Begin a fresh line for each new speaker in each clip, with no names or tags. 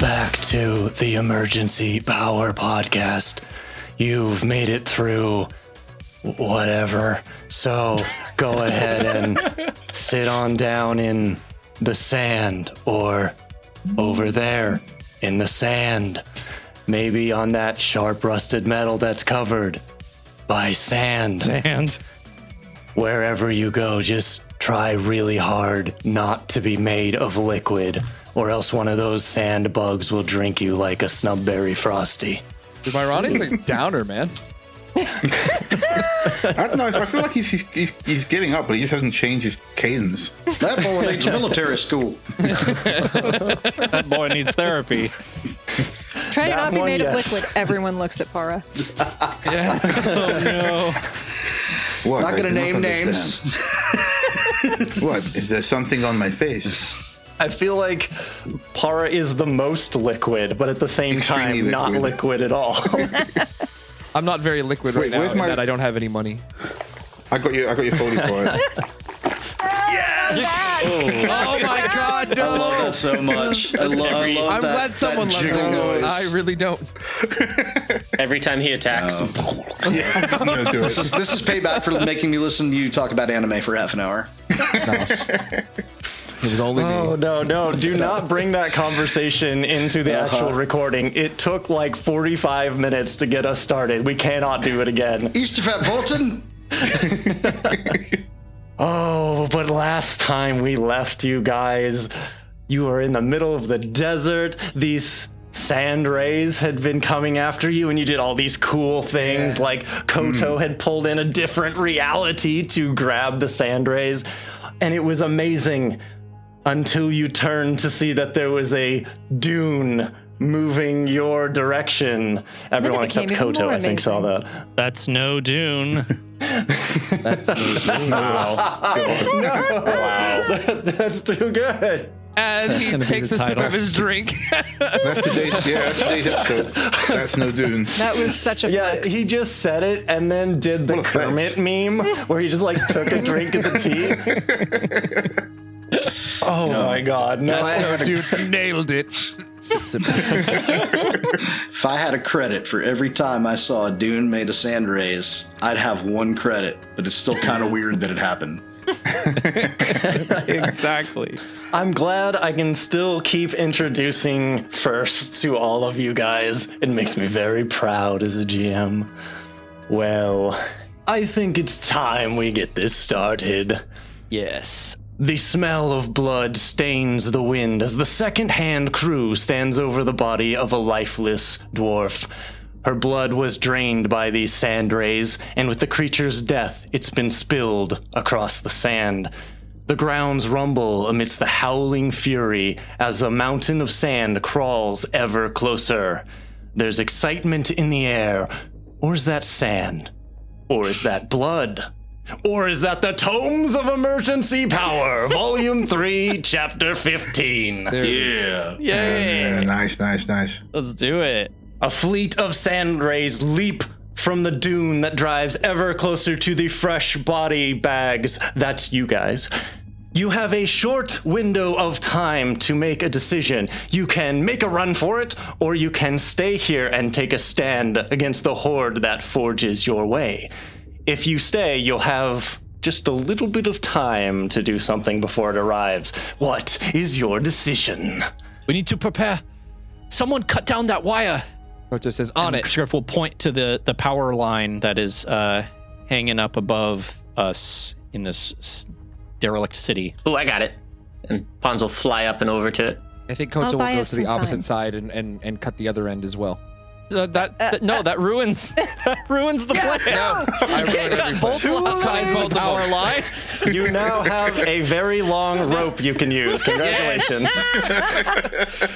back to the Emergency Power Podcast. You've made it through whatever. So go ahead and sit on down in the sand or over there in the sand. Maybe on that sharp rusted metal that's covered by sand
And
wherever you go, just try really hard not to be made of liquid, or else one of those sand bugs will drink you like a snubberry frosty.
Dude, my Ronnie's a downer, man.
I don't know. I feel like he's, he's, he's getting up, but he just hasn't changed his cadence.
That boy needs military school.
that boy needs therapy.
Try to
That
not be
one,
made
yes.
of liquid. Everyone looks at Para.
Oh no.
What?
Not
I
going to
do
name
understand.
names.
What? Is there something on my face?
I feel like Para is the most liquid, but at the same
Extremely
time, not liquid
liquid.
at all.
I'm not very liquid
Wait,
right now
where's
in
my-
that I don't have any money.
I got you. I got you fully for it.
Oh my god,
I love that so much. I, lo- I love
I'm
that.
glad someone
that
loves
jiggle
me.
noise.
I really don't.
Every time he attacks,
I'm gonna do
this,
it.
is, this is payback for making me listen to you talk about anime for half an hour.
It was only
oh, no, no. Do not bring that conversation into the
Uh-huh.
actual recording. It took like 45 minutes to get us started. We cannot do it again.
Easter Fat Bolton.
Oh, but last time we left you guys, you were in the middle of the desert. These sand rays had been coming after you, and you did all these cool things. Like
Hmm.
Koto had pulled in a different reality to grab the sand rays, and it was amazing until you turned to see that there was a dune moving your direction. Everyone
became
except
even
Koto,
more
I think, saw that.
That's no Dune.
That's too good.
as he
gonna be
takes
the
a sip
title.
of his drink.
That's today's. Yeah, that's today's episode. That's no dune.
That was such a
Yeah,
flex.
he just said it and then did the
What a
Kermit
flex.
meme where he just like took a drink of the tea. oh my god,
If
no.
I, had a,
Dude, nailed it. Sip, sip, sip.
if I had a credit for every time I saw a Dune made of sand rays, I'd have one credit, but it's still kind of weird that it happened.
exactly.
I'm glad I can still keep introducing first to all of you guys. It makes me very proud as a GM. Well, I think it's time we get this started.
Yes.
The smell of blood stains the wind as the second hand crew stands over the body of a lifeless dwarf. Her blood was drained by these sand rays, and with the creature's death, it's been spilled across the sand. The grounds rumble amidst the howling fury as the mountain of sand crawls ever closer. There's excitement in the air. Or is that sand? Or is that blood? Or is that the Tomes of Emergency Power, Volume 3, Chapter 15?
Yeah.
Yay.
Yeah, nice, nice, nice.
Let's do it.
A fleet of sand rays leap from the dune that drives ever closer to the fresh body bags. That's you guys. You have a short window of time to make a decision. You can make a run for it, or you can stay here and take a stand against the horde that forges your way. If you stay, you'll have just a little bit of time to do something before it arrives. What is your decision?
We need to prepare. Someone cut down that wire.
Koto says, on it.
Sheriff will point to the the power line that is uh, hanging up above us in this s- derelict city.
oh, I got it. And Pons will fly up and over to it.
I think
I'll
Koto will
buy
go
us
to the
some time.
opposite side and, and, and cut the other end as well.
Uh, that, that- no, that ruins that ruins the plan.
No, I ruined every plan. Size bolt power line.
You now have a very long rope you can use. Congratulations.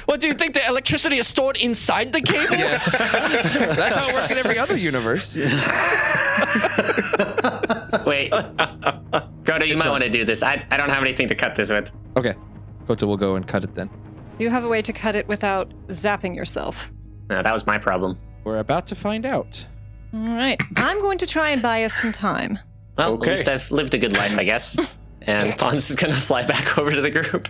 What do you think? The electricity is stored inside the cable?
Yes. That's how it works in every other universe.
Wait. Goto, you might want to do this. I, I don't have anything to cut this with.
Okay. Koto will go and cut it then.
You have a way to cut it without zapping yourself.
No, that was my problem.
We're about to find out.
All right. I'm going to try and buy us some time.
Well,
Okay.
at least I've lived a good life, I guess. and Pons is going to fly back over to the group.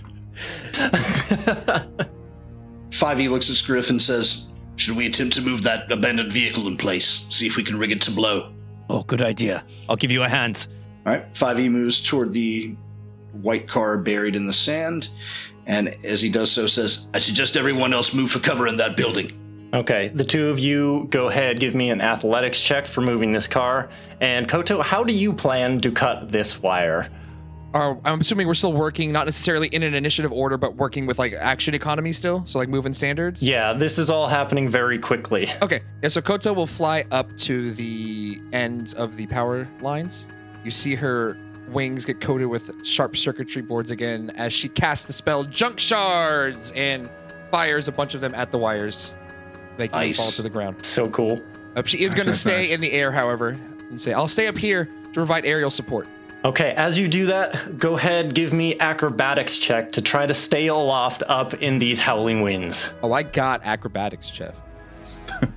5e E looks at Scriff and says, Should we attempt to move that abandoned vehicle in place? See if we can rig it to blow.
Oh, good idea. I'll give you a hand.
All right. 5e moves toward the white car buried in the sand. And as he does so, says, I suggest everyone else move for cover in that building.
Okay, the two of you go ahead, give me an athletics check for moving this car. And Koto, how do you plan to cut this wire?
Are, I'm assuming we're still working, not necessarily in an initiative order, but working with like action economy still. So like moving standards.
Yeah, this is all happening very quickly.
Okay. Yeah. So Kota will fly up to the ends of the power lines. You see her wings get coated with sharp circuitry boards again as she casts the spell Junk Shards and fires a bunch of them at the wires, making them fall
Nice.
to the ground.
So cool.
Uh, she is going to
That's
stay
nice.
in the air, however, and say, "I'll stay up here to provide aerial support."
Okay, as you do that, go ahead, give me acrobatics check to try to stay aloft up in these howling winds.
Oh, I got acrobatics, Jeff.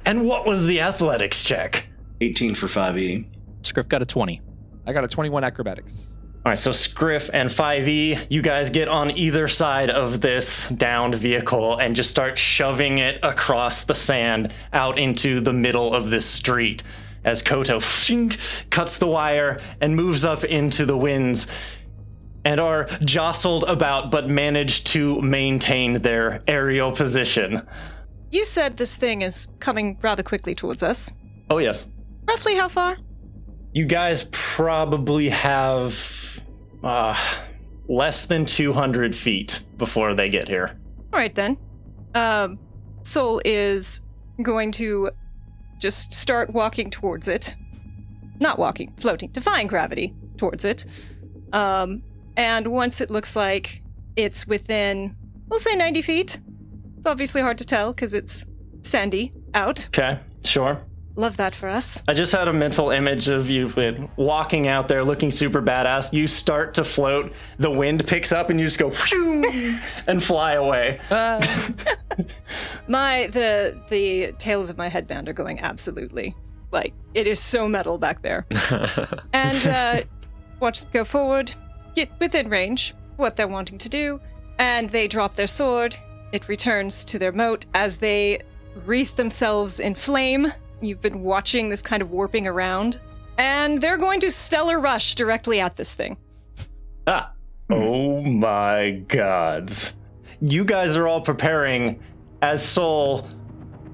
And what was the athletics check?
18 for E. 5e.
Scriff got a 20.
I got a 21 acrobatics.
All right, so Scriff and 5e, you guys get on either side of this downed vehicle and just start shoving it across the sand out into the middle of this street. As Koto phink, cuts the wire and moves up into the winds and are jostled about but manage to maintain their aerial position.
You said this thing is coming rather quickly towards us.
Oh, yes.
Roughly how far?
You guys probably have uh, less than 200 feet before they get here.
All right then. Um, Soul is going to just start walking towards it. Not walking, floating, defying gravity towards it. Um, and once it looks like it's within, we'll say 90 feet. It's obviously hard to tell because it's sandy out.
Okay, sure.
Love that for us.
I just had a mental image of you with- walking out there looking super badass. You start to float, the wind picks up, and you just go phew, and fly away.
My the the tails of my headband are going absolutely like it is so metal back there. and uh, watch them go forward, get within range what they're wanting to do, and they drop their sword. It returns to their moat as they wreath themselves in flame. You've been watching this kind of warping around, and they're going to stellar rush directly at this thing.
Oh my gods. You guys are all preparing as Soul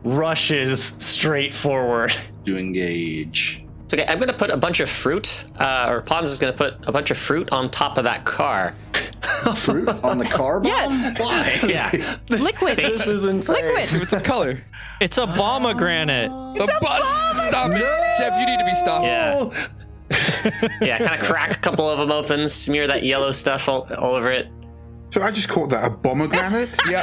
rushes straight forward.
To engage.
It's okay. I'm gonna put a bunch of fruit, uh, or Pons is gonna put a bunch of fruit on top of that car.
Fruit on the car bomb?
Yes.
Why?
Yeah.
Liquid.
this is insane.
Liquid.
It's a color.
It's a pomegranate.
It's a bus. Stop it, Jeff. You need to be stopped.
Yeah.
Yeah, kind of crack a couple of them open, smear that yellow stuff all, all over it.
So I just called that a pomegranate?
Yeah.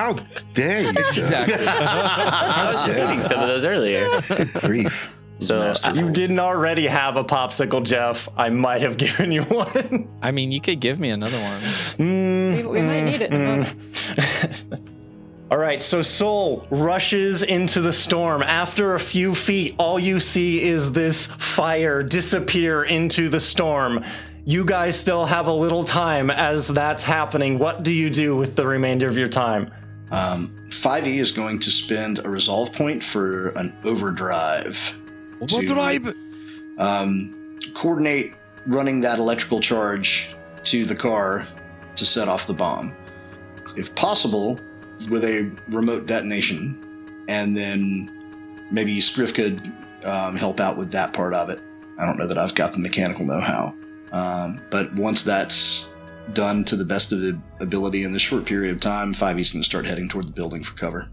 How dare you? sir?
Exactly.
I was just eating some of those earlier.
Good grief.
So uh, I,
You didn't already have a popsicle, Jeff. I might have given you one.
I mean, you could give me another one.
We, we might need it. in a moment.
All right, so Soul rushes into the storm. After a few feet, all you see is this fire disappear into the storm. You guys still have a little time as that's happening. What do you do with the remainder of your time?
Um, 5e is going to spend a resolve point for an overdrive. Overdrive? Um, coordinate running that electrical charge to the car to set off the bomb. If possible, with a remote detonation. And then maybe Scriff could um, help out with that part of it. I don't know that I've got the mechanical know how. Um, but once that's done to the best of the ability in this short period of time, 5e's going to start heading toward the building for cover.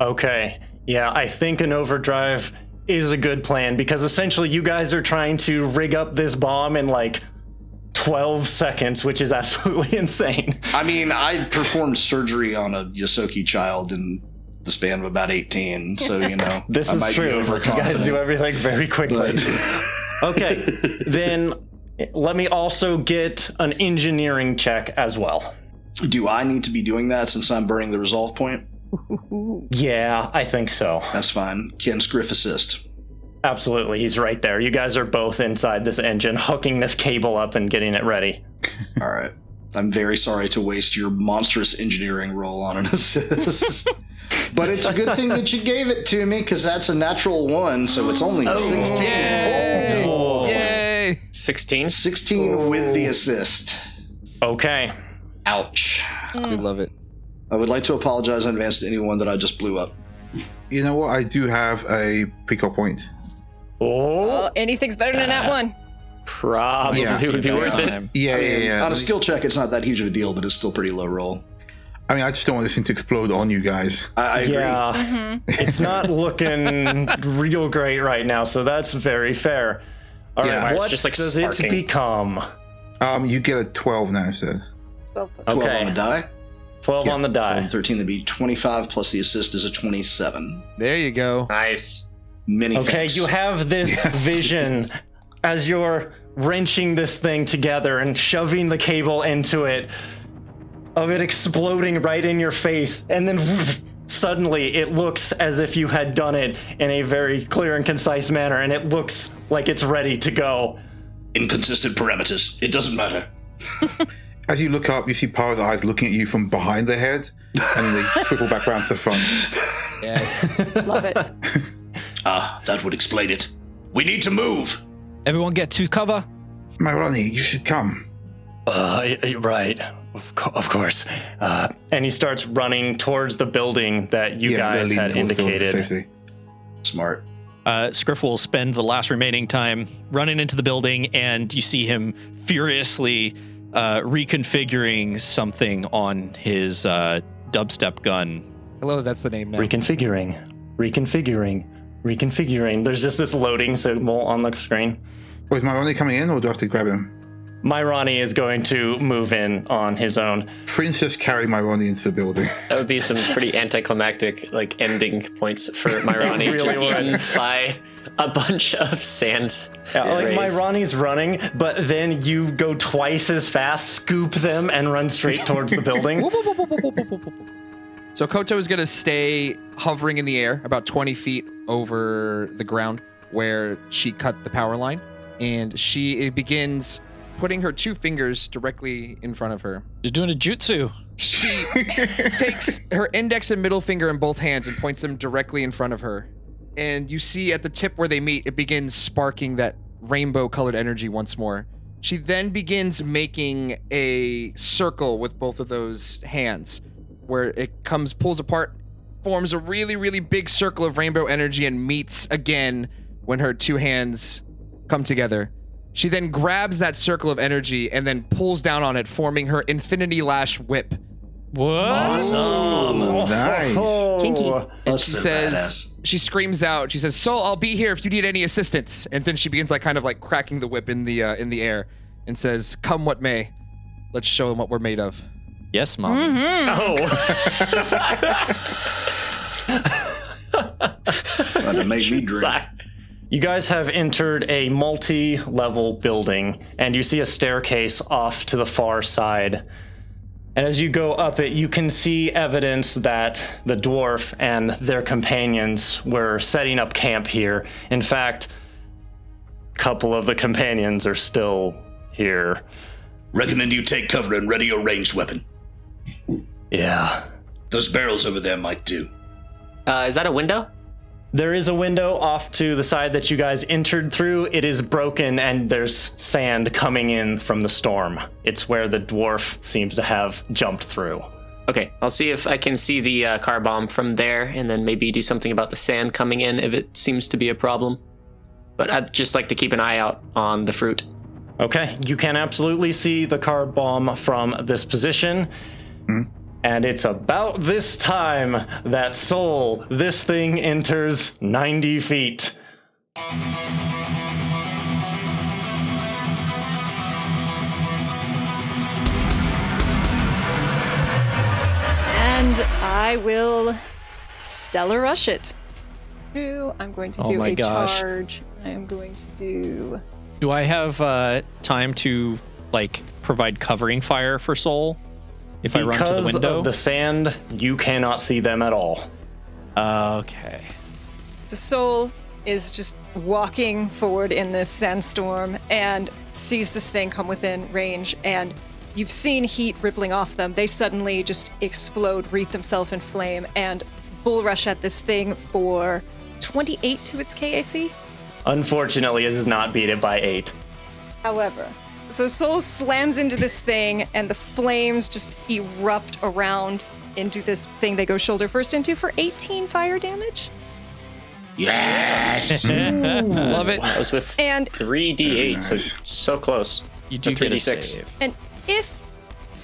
Okay. Yeah, I think an overdrive is a good plan because essentially you guys are trying to rig up this bomb in like 12 seconds, which is absolutely insane.
I mean, I performed surgery on a Yosoki child in the span of about 18, so, you know.
This
I
is
might be
true. You guys
overconfident,
do everything very quickly.
but-
Okay, then let me also get an engineering check as well.
Do I need to be doing that since I'm burning the resolve point?
Yeah, I think so.
That's fine. Can Scriff assist?
Absolutely, he's right there. You guys are both inside this engine, hooking this cable up and getting it ready.
All right. I'm very sorry to waste your monstrous engineering roll on an assist. but it's a good thing that you gave it to me because that's a natural one, so it's only 16.
Yay! Yay!
16.
16 with
Oh.
the assist.
Okay.
Ouch.
Mm.
We love it.
I would like to apologize in advance to anyone that I just blew up.
You know what? I do have a precog point.
Oh,
Well, anything's better than that one.
probably
Yeah.
would be worth it.
Yeah, yeah,
I mean,
yeah.
On a skill check, it's not that huge of a deal, but it's still pretty low roll.
I mean, I just don't want this thing to explode on you guys.
I, I agree.
Yeah. It's not looking real great right now, so that's very fair. All right,
Yeah. Why
it's
what
just, like,
does it
sparking.
become?
Um, you get a twelve now, sir.
12 plus
Okay.
12 on the die.
12 on the die.
13 to be 25 plus the assist is a 27.
There you go.
Nice.
Many
Okay,
thanks.
you have this vision as you're wrenching this thing together and shoving the cable into it, of it exploding right in your face, and then suddenly it looks as if you had done it in a very clear and concise manner, and it looks like it's ready to go.
Inconsistent parameters. It doesn't matter.
As you look up, you see Para's eyes looking at you from behind the head, and they swivel back around to the front.
Yes.
Love it.
Ah, that would explain it. We need to move.
Everyone get to cover.
Myroni, you should come.
Uh, right. Of, course. Uh, and he starts running towards the building that you
they're
guys
leading
had
towards the building
indicated.
safely.
Smart.
Uh, Scriff will spend the last remaining time running into the building, and you see him furiously uh, reconfiguring something on his uh, dubstep gun.
Hello, that's the name now.
reconfiguring, reconfiguring, reconfiguring. There's just this loading symbol on the screen.
Oh, is Myroni coming in, or do I have to grab him?
My Ronnie is going to move in on his own.
Princess carry Myroni into the building.
That would be some pretty anticlimactic like ending points for Myroni.
really
just
would.
eaten by a bunch of sand.
Yeah, like my
rays.
Ronnie's running, but then you go twice as fast, scoop them, and run straight towards the building.
Whoop, whoop, whoop, whoop, whoop, whoop, whoop, whoop. So Koto is going to stay hovering in the air about 20 feet over the ground where she cut the power line. And she begins putting her two fingers directly in front of her.
Just doing a jutsu.
She takes her index and middle finger in both hands and points them directly in front of her. And you see at the tip where they meet, it begins sparking that rainbow colored energy once more. She then begins making a circle with both of those hands where it comes, pulls apart, forms a really, really big circle of rainbow energy and meets again when her two hands come together. She then grabs that circle of energy and then pulls down on it, forming her infinity lash whip.
What?
nice.
Oh.
Kinky.
That's
she
so
says she screams out she says soul i'll be here if you need any assistance and then she begins like kind of like cracking the whip in the uh, in the air and says come what may let's show them what we're made of
Yes, mom.
Oh,
badass. That'd make me drink.
sorry.
You guys have entered a multi level building, and you see a staircase off to the far side. And as you go up it, you can see evidence that the dwarf and their companions were setting up camp here. In fact, a couple of the companions are still here.
Recommend you take cover and ready your ranged weapon.
Yeah.
Those barrels over there might do.
Uh, is that a window?
There is a window off to the side that you guys entered through. It is broken and there's sand coming in from the storm. It's where the dwarf seems to have jumped through.
Okay, I'll see if I can see the uh, car bomb from there, and then maybe do something about the sand coming in if it seems to be a problem. But I'd just like to keep an eye out on the fruit.
Okay, you can absolutely see the car bomb from this position. And it's about this time that soul, this thing enters 90 feet.
And I will stellar rush it. Two, I'm going to
Oh
do
my
a
gosh.
charge. I am going to do.
Do I have uh, time to like provide covering fire for Soul if I run to the
Because
window?
of the sand, you cannot see them at all.
Uh, okay.
The soul is just walking forward in this sandstorm and sees this thing come within range and you've seen heat rippling off them. They suddenly just explode, wreath themselves in flame, and bull rush at this thing for 28 to its KAC.
Unfortunately, this does not beat it by eight.
However, so Soul slams into this thing, and the flames just erupt around into this thing they go shoulder first into for 18 fire damage.
Yes.
Love it.
That was with
And
3d8, so so close.
You do
The
get a
3d6.
save.
and if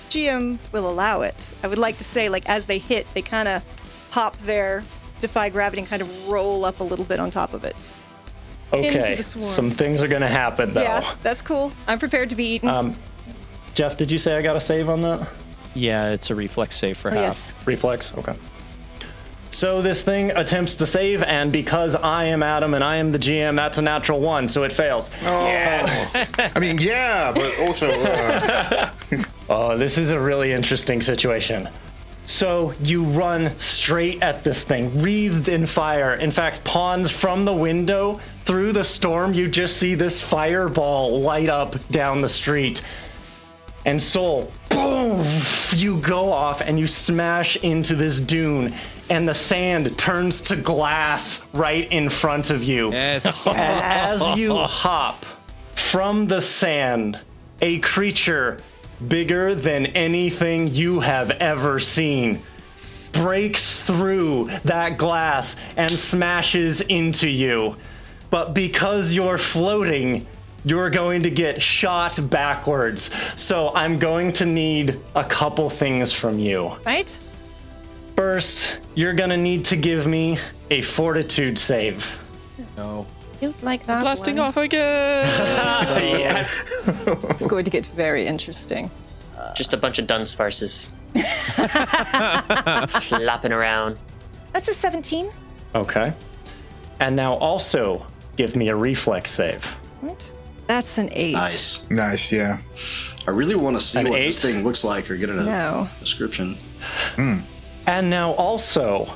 GM will allow it, I would like to say, like as they hit, they kind of pop their defy gravity and kind of roll up a little bit on top of it.
Okay,
the swarm.
some things are gonna happen though.
Yeah, that's cool. I'm prepared to be eaten.
Jeff, did you say I got a save on that?
Yeah, it's a reflex save for
Oh,
half.
yes.
Reflex? Okay. So this thing attempts to save, and because I am Adam and I am the GM, that's a natural one, so it fails.
I mean, yeah, but also, uh,
Oh, this is a really interesting situation. So you run straight at this thing, wreathed in fire. In fact, pawns from the window through the storm, you just see this fireball light up down the street. And Soul, boom, you go off and you smash into this dune, and the sand turns to glass right in front of you.
Yes.
And as you hop from the sand, a creature bigger than anything you have ever seen breaks through that glass and smashes into you. But because you're floating, you're going to get shot backwards. So I'm going to need a couple things from you.
Right?
First, you're going to need to give me a fortitude save.
Don't like that.
Blasting off again.
yes.
It's going to get very interesting.
Just a bunch of dunsparces. Flopping around.
That's a 17.
Okay. And now also give me a reflex save.
Right? That's an 8.
nice.
nice, yeah.
I really want to see
An
what this
eight?
thing looks like or get a
No.
description.
And now also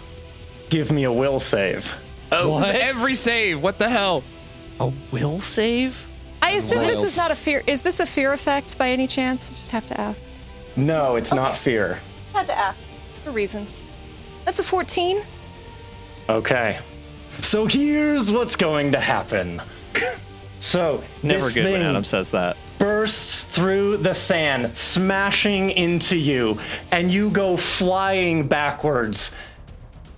give me a will save.
Oh,
Every save. What the hell?
a will save?
I assume this
Wild.
is not a fear. Is this a fear effect by any chance? I just have to ask.
No, it's not fear.
Had to ask. For reasons. That's a 14.
Okay. So here's what's going to happen. So
Never
this
good when
thing
Adam says that.
bursts through the sand, smashing into you, and you go flying backwards.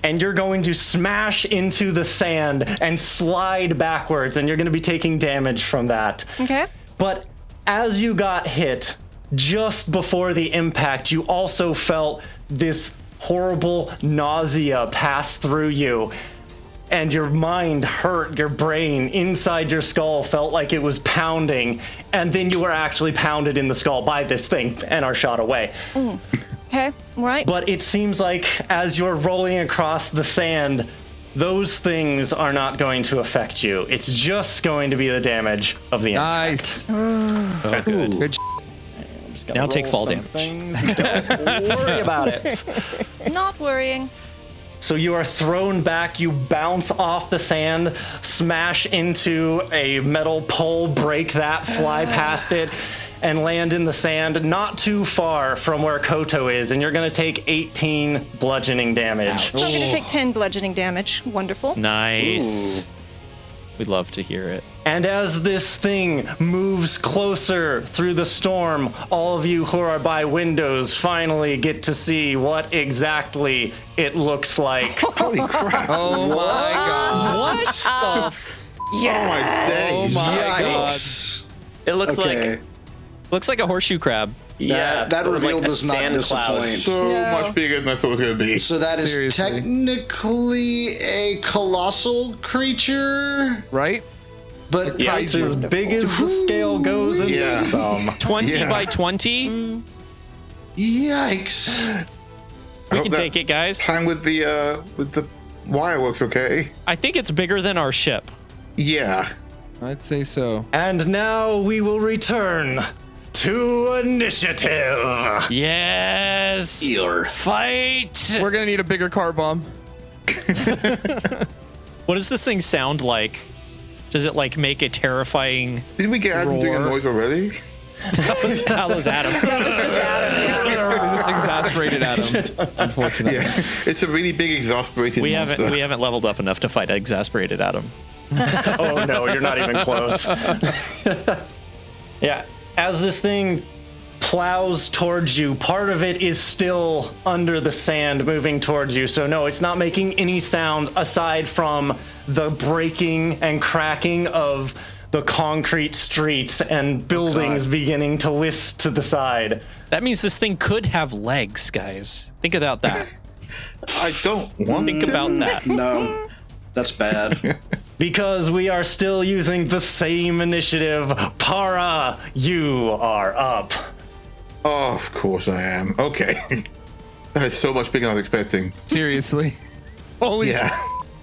And you're going to smash into the sand and slide backwards, and you're going to be taking damage from that.
Okay.
But as you got hit, just before the impact, you also felt this horrible nausea pass through you. And your mind hurt, your brain inside your skull felt like it was pounding. And then you were actually pounded in the skull by this thing and are shot away.
Okay. All right.
But it seems like as you're rolling across the sand, those things are not going to affect you. It's just going to be the damage of the impact.
Nice.
Now take fall damage.
Worry about it.
not worrying.
So you are thrown back, you bounce off the sand, smash into a metal pole, break that, fly past it, and land in the sand not too far from where Koto is, and you're gonna take 18 bludgeoning damage.
So I'm going to take 10 bludgeoning damage. Wonderful.
Nice. We'd love to hear it.
And as this thing moves closer through the storm, all of you who are by windows finally get to see what exactly it looks like.
Holy crap. Oh,
Oh my god.
Oh my days.
my
Yikes.
It looks
Okay.
like looks like a horseshoe crab.
yeah.
that
or
reveal
like a
does not
sand
disappoint.
So
No.
much bigger than I thought it was going to be.
So that is
Seriously.
technically a colossal creature,
Right?
but
Yeah.
It's as big as the scale goes and
Yeah.
then some.
20
Yeah.
by 20.
yikes.
I
We
hope
can
that
take it, guys.
Plan with the uh, with the wire works okay.
I think it's bigger than our ship.
Yeah.
I'd say so.
And now we will return to initiative.
Yes.
Eeyore.
Fight.
We're gonna need a bigger car bomb.
What does this thing sound like? Does it like make a terrifying
Did we get Adam doing a
Roar.
noise already?
That was Adam.
It's just Adam. Yeah.
Oh,
just exasperated Adam, unfortunately.
Yeah, it's a really big exasperated
We
monster.
haven't we haven't leveled up enough to fight exasperated Adam.
oh no, you're not even close. yeah, as this thing plows towards you, part of it is still under the sand moving towards you. So no, it's not making any sound aside from the breaking and cracking of the concrete streets and buildings beginning to list to the side.
That means this thing could have legs, guys. Think about that.
I don't want
Think
to.
about that.
Mm. No, that's bad.
Because we are still using the same initiative. Para, you are up. Uh,
Oh, of course I am. Okay. that is so much bigger than I was expecting.
Seriously. Holy
Yeah.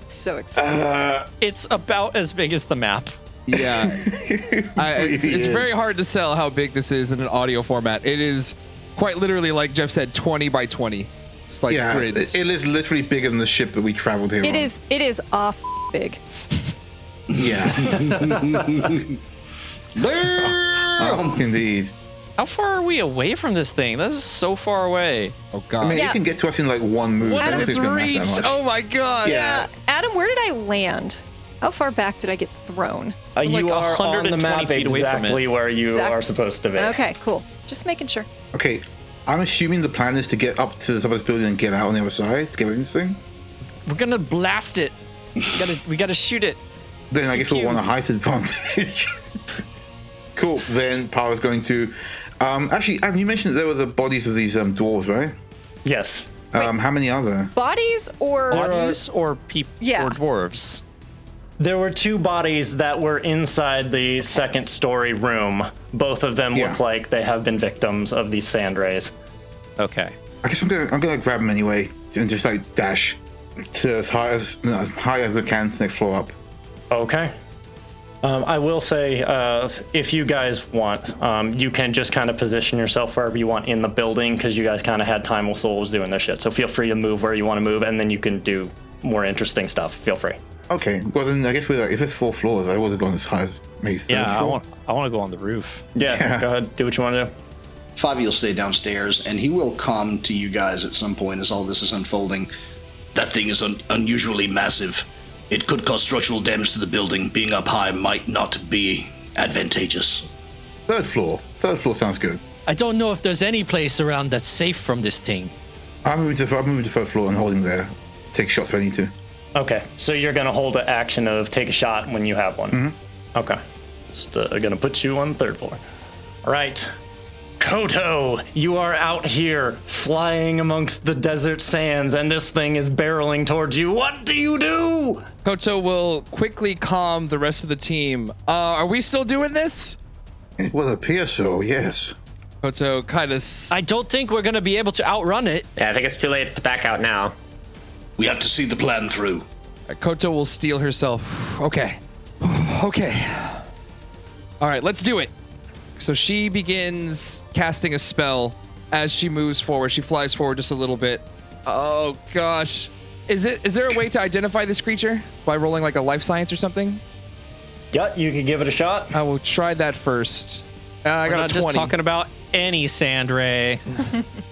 So excited.
It's about as big as the map.
Yeah. I, it's it's
is.
very hard to sell how big this is in an audio format. It is quite literally, like Jeff said, 20 by 20. It's like
Yeah,
grids.
it- it is literally bigger than the ship that we traveled here
It
on.
is. It is off big.
Yeah,
Oh,
Um, indeed.
How far are we away from this thing? This is so far away.
oh, God.
I mean,
Yeah.
you can get to us in like one move. I
what
don't
is
think
its
it's gonna matter
reach?
that much.
Oh, my God.
Uh, Adam, where did I land? How far back did I get thrown?
Uh,
Like
you are on the
120
map
feet away from it.
exactly where you
Exact-
are supposed to be.
Okay, cool. Just making sure.
Okay, I'm assuming the plan is to get up to the top of this building and get out on the other side to get rid of this thing.
We're gonna blast it. We gotta we gotta shoot it.
Then I guess we'll want a height advantage. cool. Then Power's going to. Um, actually, Adam, you mentioned that there were the bodies of these um, dwarves, right?
Yes.
Um, how many are there?
Bodies or
Bodies or people
Yeah.
or dwarves.
There were two bodies that were inside the second story room. Both of them
Yeah.
look like they have been victims of these sand rays.
Okay.
I guess I'm gonna I'm gonna grab them anyway and just like dash to as high as no, as high as we can to the next floor up.
Okay. Um, I will say, uh, if you guys want, um, you can just kind of position yourself wherever you want in the building because you guys kind of had time while Soul was doing their shit. So feel free to move where you want to move, and then you can do more interesting stuff. Feel free.
Okay, well then I guess we're like, if it's four floors, I would have gone as high as maybe third
Yeah, I
floor.
want I wanna go on the roof.
Yeah,
Yeah.
go ahead, do what you want to do.
Favi will stay downstairs, and he will come to you guys at some point as all this is unfolding. That thing is un- unusually massive. It could cause structural damage to the building. Being up high might not be advantageous.
Third floor. Third floor sounds good.
I don't know if there's any place around that's safe from this thing.
I'm moving to I'm moving to third floor and holding there. to Take shots if I need to.
Okay, so you're gonna hold an action of take a shot when you have one. Okay, just uh, gonna put you on third floor. All right, Koto, you are out here flying amongst the desert sands, and this thing is barreling towards you. What do you do?
Koto will quickly calm the rest of the team. Uh, are we still doing this?
It would appear so, yes.
Koto kind of. S-
I don't think we're gonna be able to outrun it.
Yeah, I think it's too late to back out now.
We have to see the plan through.
Koto will steal herself. Okay. Okay. All right, let's do it. So she begins casting a spell as she moves forward. She flies forward just a little bit. Oh gosh. Is it is there a way to identify this creature by rolling like a life science or something?
Yeah, you can give it a shot.
I will try that first. Uh, I
We're
got
not
a
just
20.
talking about any sand ray.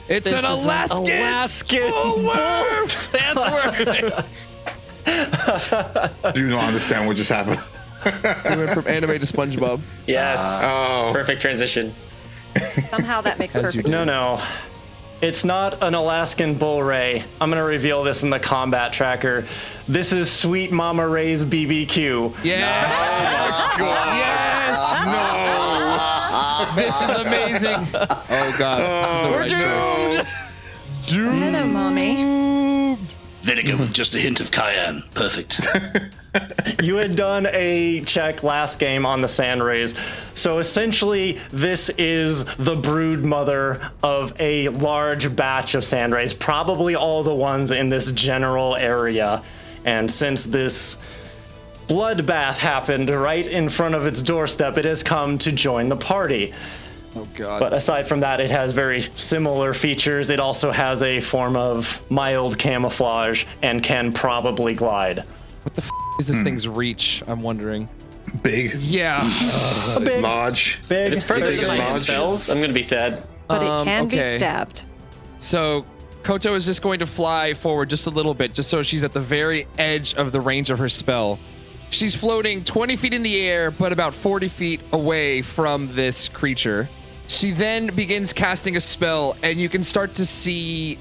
it's an
is
Alaskan.
Alaskan bull sandworm.
Do not understand what just happened.
We went from anime to SpongeBob.
Yes.
Oh.
Perfect transition.
Somehow that makes
As you
perfect.
No, no. It's not an Alaskan bull ray. I'm gonna reveal this in the combat tracker. This is Sweet Mama Ray's BBQ.
Yeah. Yes. No. This is amazing. Oh god. this is the right choice.
Hello, mommy.
Vinegar with just a hint of cayenne. Perfect.
You had done a check last game on the sand rays. So essentially, this is the brood mother of a large batch of sand rays, probably all the ones in this general area. And since this bloodbath happened right in front of its doorstep, it has come to join the party.
Oh god.
But aside from that, it has very similar features. It also has a form of mild camouflage and can probably glide.
is this thing's reach? I'm wondering.
Big,
Yeah.
large.
If it's further
Big
than my
launch.
spells, I'm gonna be sad.
But
Um,
it can be
okay.
stabbed.
So Koto is just going to fly forward just a little bit, just so she's at the very edge of the range of her spell. She's floating 20 feet in the air, but about 40 feet away from this creature. She then begins casting a spell, and you can start to see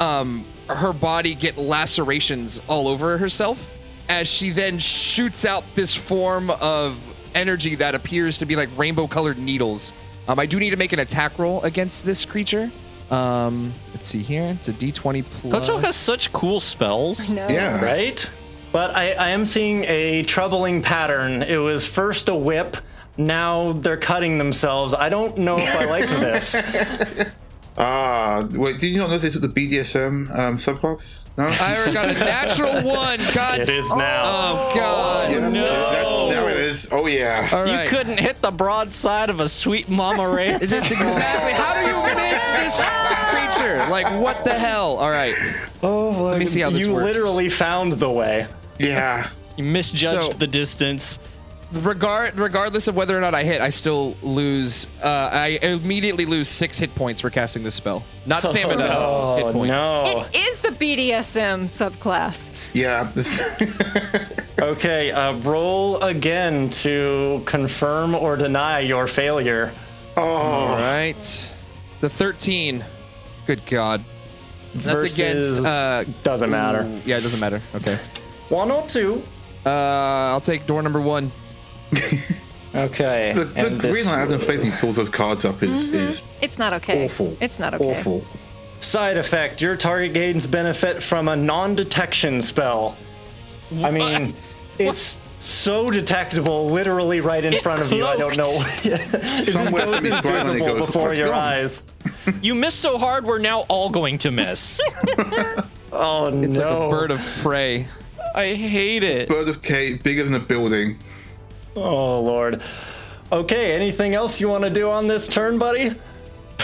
um, her body get lacerations all over herself as she then shoots out this form of energy that appears to be like rainbow colored needles. Um, I do need to make an attack roll against this creature. Um, let's see here. It's a d20 plus.
Koto has such cool spells.
No.
Yeah.
Right? But I, I am seeing a troubling pattern. It was first a whip, now they're cutting themselves. I don't know if I like this.
Ah, wait, did you not notice the BDSM um, subplots? No?
I already got a natural one. God.
It is now.
Oh, God.
Yeah, That's, there it is. Oh, yeah.
Uh,
All right.
You couldn't hit the broadside of a sweet mama ray.
Is it exactly how do you miss this creature? Like what the hell? All right.
Oh, Let
me see how this
You
works.
literally found the way.
Yeah.
you misjudged
So-
the distance.
Regard regardless of whether or not I hit, I still lose. Uh, I immediately lose six hit points for casting this spell. Not stamina. hit
Oh,
points.
no.
It is the BDSM subclass.
Yeah.
Okay, uh, roll again to confirm or deny your failure.
All
oh,
right. The thirteen. Good God. That's
versus,
against. Uh,
doesn't matter.
yeah, it doesn't matter. Okay.
One or two.
Uh, I'll take door number one.
Okay.
the, the
and this- Mm-hmm.
green light Adam Faith pulls those cards up is, is
It's not okay.
awful.
It's not okay.
Awful.
Side effect: Your target gains benefit from a non-detection spell. I mean, it's so detectable, literally right in front of you. I don't know. it just
Somewhere
goes
from his brain it
invisible
goes,
before
"What's
your
gone?"
eyes.
You missed so hard, we're now all going to miss.
Oh
It's
no!
like a bird of prey.
I hate it.
Bird of K, bigger than a building.
Oh lord. Okay, anything else you want to do on this turn, buddy?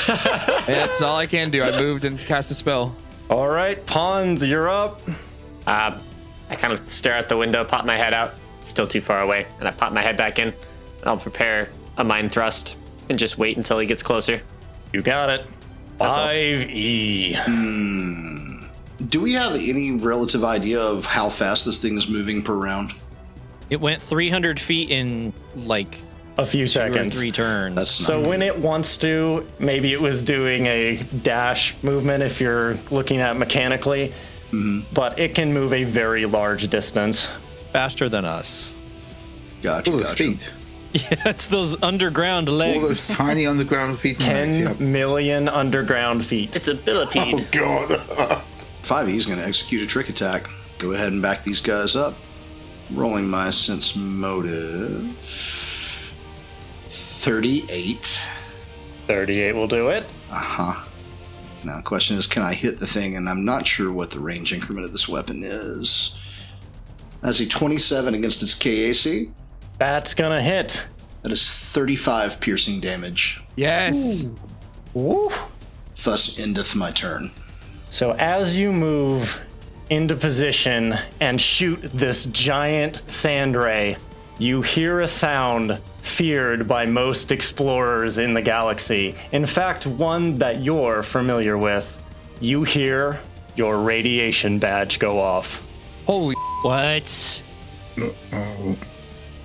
That's all I can do. I moved and cast a spell.
All right, pawns, you're up.
Uh, I kind of stare out the window, pop my head out. It's still too far away, and I pop my head back in. I'll prepare a mind thrust and just wait until he gets closer.
You got it.
all.
Five E.
Do we have any relative idea of how fast this thing is moving per round?
It went 300 feet in like
A few
two or
seconds.
three turns.
That's
So when it wants to, maybe it was doing a dash movement if you're looking at it mechanically,
Mm-hmm.
but it can move a very large distance.
faster than us.
Gotcha.
All those
gotcha.
feet.
Yeah, it's those underground
All those
legs.
tiny underground feet.
Ten million
Yep.
underground feet.
It's a billipede.
Oh, God.
5e is going to execute a trick attack. Go ahead and back these guys up. Rolling my sense motive. 38.
38 will do it.
Now, the question is can I hit the thing? And I'm not sure what the range increment of this weapon is. That's a 27 against its KAC.
That's gonna hit.
That is 35 piercing damage.
Yes.
Woo.
Thus endeth my turn.
So as you move into position and shoot this giant sand ray, you hear a sound feared by most explorers in the galaxy. In fact, one that you're familiar with. You hear your radiation badge go off.
Holy.
what?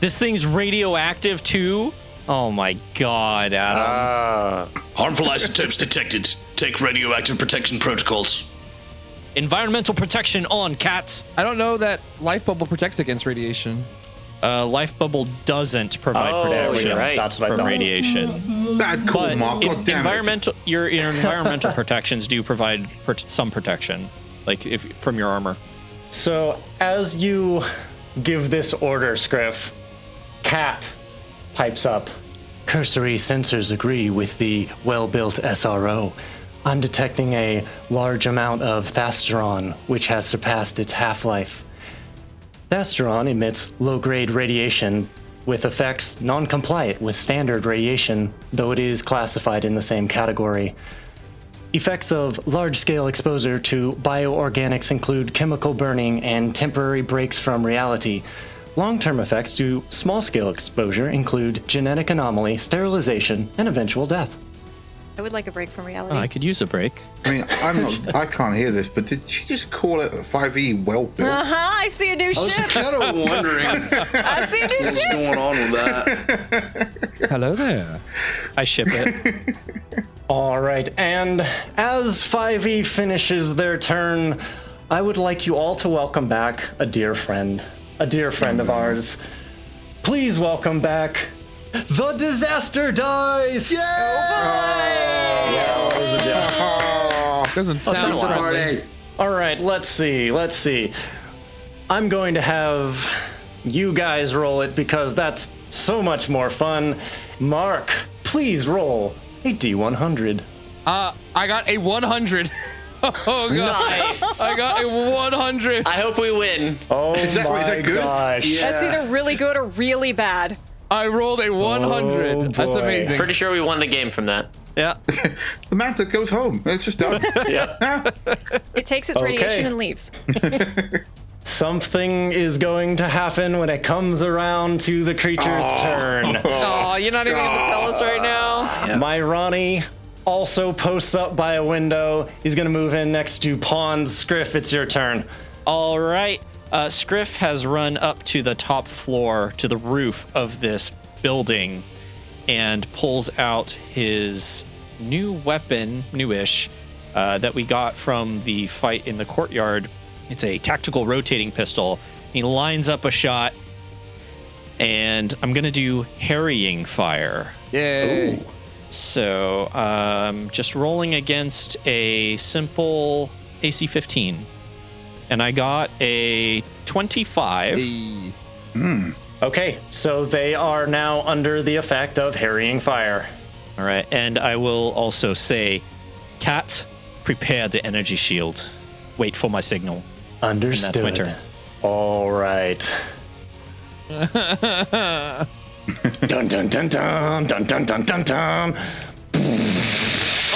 This thing's radioactive too? Oh my god, Adam.
Harmful isotopes detected. Take radioactive protection protocols.
Environmental protection on, cats.
I don't know that life bubble protects against radiation.
Uh, life bubble doesn't provide
Oh, you're
protection
right.
That's what I
from
thought.
radiation.
Bad call,
But
Mark.
en-
God Oh, damn it.
environmental, your your environmental protections do provide prot some protection, like if from your armor.
So as you give this order, Scriff, Cat pipes up. Cursory sensors agree with the well built SRO. I'm detecting a large amount of Thasteron, which has surpassed its half life. Thasteron emits low grade radiation with effects non compliant with standard radiation, though it is classified in the same category. Effects of large scale exposure to bioorganics include chemical burning and temporary breaks from reality. Long term effects to small scale exposure include genetic anomaly, sterilization, and eventual death.
I would like a break from reality.
Oh, I could use a break.
I mean, I'm not. I can't hear this, but did she just call it 5e well built?
uh-huh, I see a new
I was
ship.
kind of wondering
I see a new
what's
ship.
going on with that.
Hello there. I ship it.
All right, and as 5e finishes their turn, I would like you all to welcome back a dear friend, a dear friend of ours. Please welcome back the Disaster Dice! Yeah!
Oh
that was a deal.
Doesn't sound like
Party.
All right, let's see. Let's see. I'm going to have you guys roll it because that's so much more fun. Mark, please roll a D100.
Uh, I got a 100. oh, God.
Nice.
I got a 100.
I hope we win.
Oh
that-
my
is that good?
gosh.
That's either really good or really bad.
I rolled a 100.
Oh,
That's
boy.
amazing.
Pretty sure we won the game from that.
Yeah.
The manta goes home. It's just done.
Yeah.
It takes its
Okay.
radiation and leaves.
Something is going to happen when it comes around to the creature's turn.
Oh, you're not even going to tell us right now.
My Ronnie also posts up by a window. He's going to move in next to Pawn's Scriff. It's your turn.
All right. Uh, Scriff has run up to the top floor, to the roof of this building, and pulls out his new weapon, newish, uh, that we got from the fight in the courtyard. It's a tactical rotating pistol. He lines up a shot, and I'm going to do harrying fire.
Yay.
So um, just rolling against a simple AC 15. And I got a 25.
Okay, so they are now under the effect of harrying fire.
All right. And I will also say, Cat, prepare the energy shield. Wait for my signal.
Understood.
turn.
All right. dun dun dun dun dun dun dun dun dun.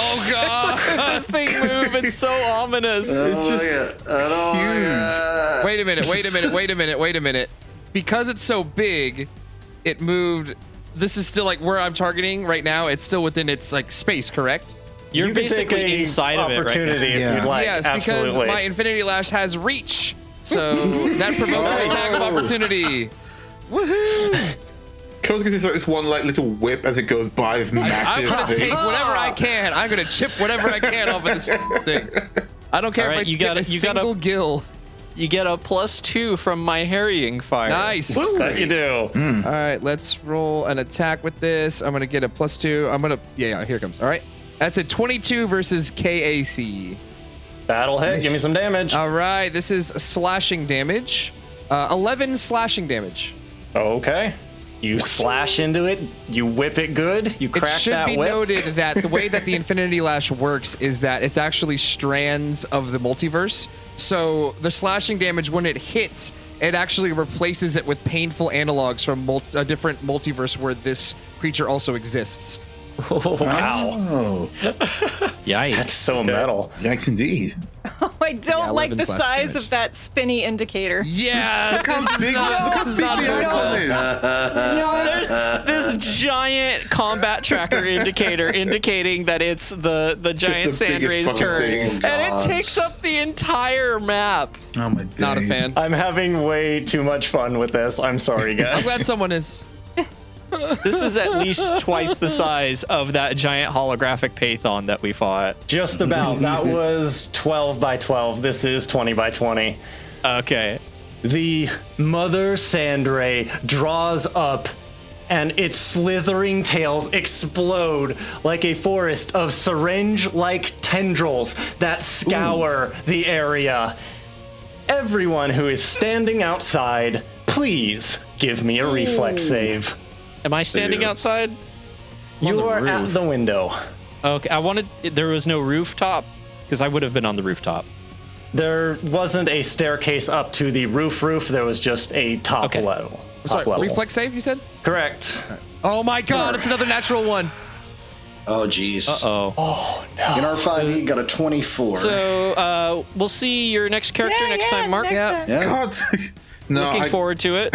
Oh, God.
this thing move, it's so ominous.
It's just Oh, at all.
wait a minute. Wait a minute. Wait a minute. Wait a minute. Because it's so big, it moved. This is still like where I'm targeting right now. It's still within its like space, correct?
You're
You can take
basically
a
inside of it. Right now.
opportunity if
Yeah.
you'd like.
yes,
Absolutely.
because my Infinity Lash has reach. So that provokes an attack of opportunity.
Cole's going to throw this one like little whip as it goes by this
I'm
massive
gonna take
thing. Oh,
whatever I can. I'm gonna chip whatever I can off of this thing. I don't care
All right,
if it's
you
get
gotta-
a
you gotta-
single gill.
You get a plus two from my harrying fire.
Nice.
That you do.
All right, let's roll an attack with this. I'm gonna get a plus two. I'm gonna yeah, yeah here it comes. All right, that's a 22 versus KAC.
That'll hit. Give me some damage.
E. All right, this is slashing damage. Uh, 11 slashing damage.
Okay. You slash into it. You whip it good. You
It
crack
should
that
be
whip.
noted that the way that the Infinity Lash works is that it's actually strands of the multiverse. So the slashing damage, when it hits, it actually replaces it with painful analogs from mul- a different multiverse where this creature also exists.
Wow.
Oh,
Yikes.
That's so metal.
yikes indeed.
I don't like
11
the
slash
size
damage.
of that spinny indicator.
Yeah,
How big, look how
this is
big
not
the
good.
icon is.
Uh, There's this giant combat tracker indicator indicating that it's the the giant
the
sand
biggest
ray's
fucking
turn,
thing.
and
Oh,
it takes up the entire map.
Oh my days.
not a fan.
I'm having way too much fun with this. I'm sorry, guys.
Glad someone is.
This is at least twice the size of that giant holographic python that we fought.
Just about. That was 12 by 12. This is 20 by 20.
Okay,
The mother sandray draws up and its slithering tails explode like a forest of syringe like tendrils that scour the area. Everyone who is standing outside, please give me a reflex save.
am I standing outside?
You
the
are
roof.
at the window.
Okay, I wanted. There was no rooftop because I would have been on the rooftop.
There wasn't a staircase up to the roof roof, there was just a top
Okay.
level. Top
Sorry,
level.
reflex save. You said?
Correct.
Oh my god, it's another natural one.
Oh, jeez.
Oh,
In our 5e, E got a 24.
so uh, we'll see your next character
Yeah,
next
yeah,
time, Mark.
next
Yeah.
time.
yeah.
God, No,
Looking
I-
forward to it.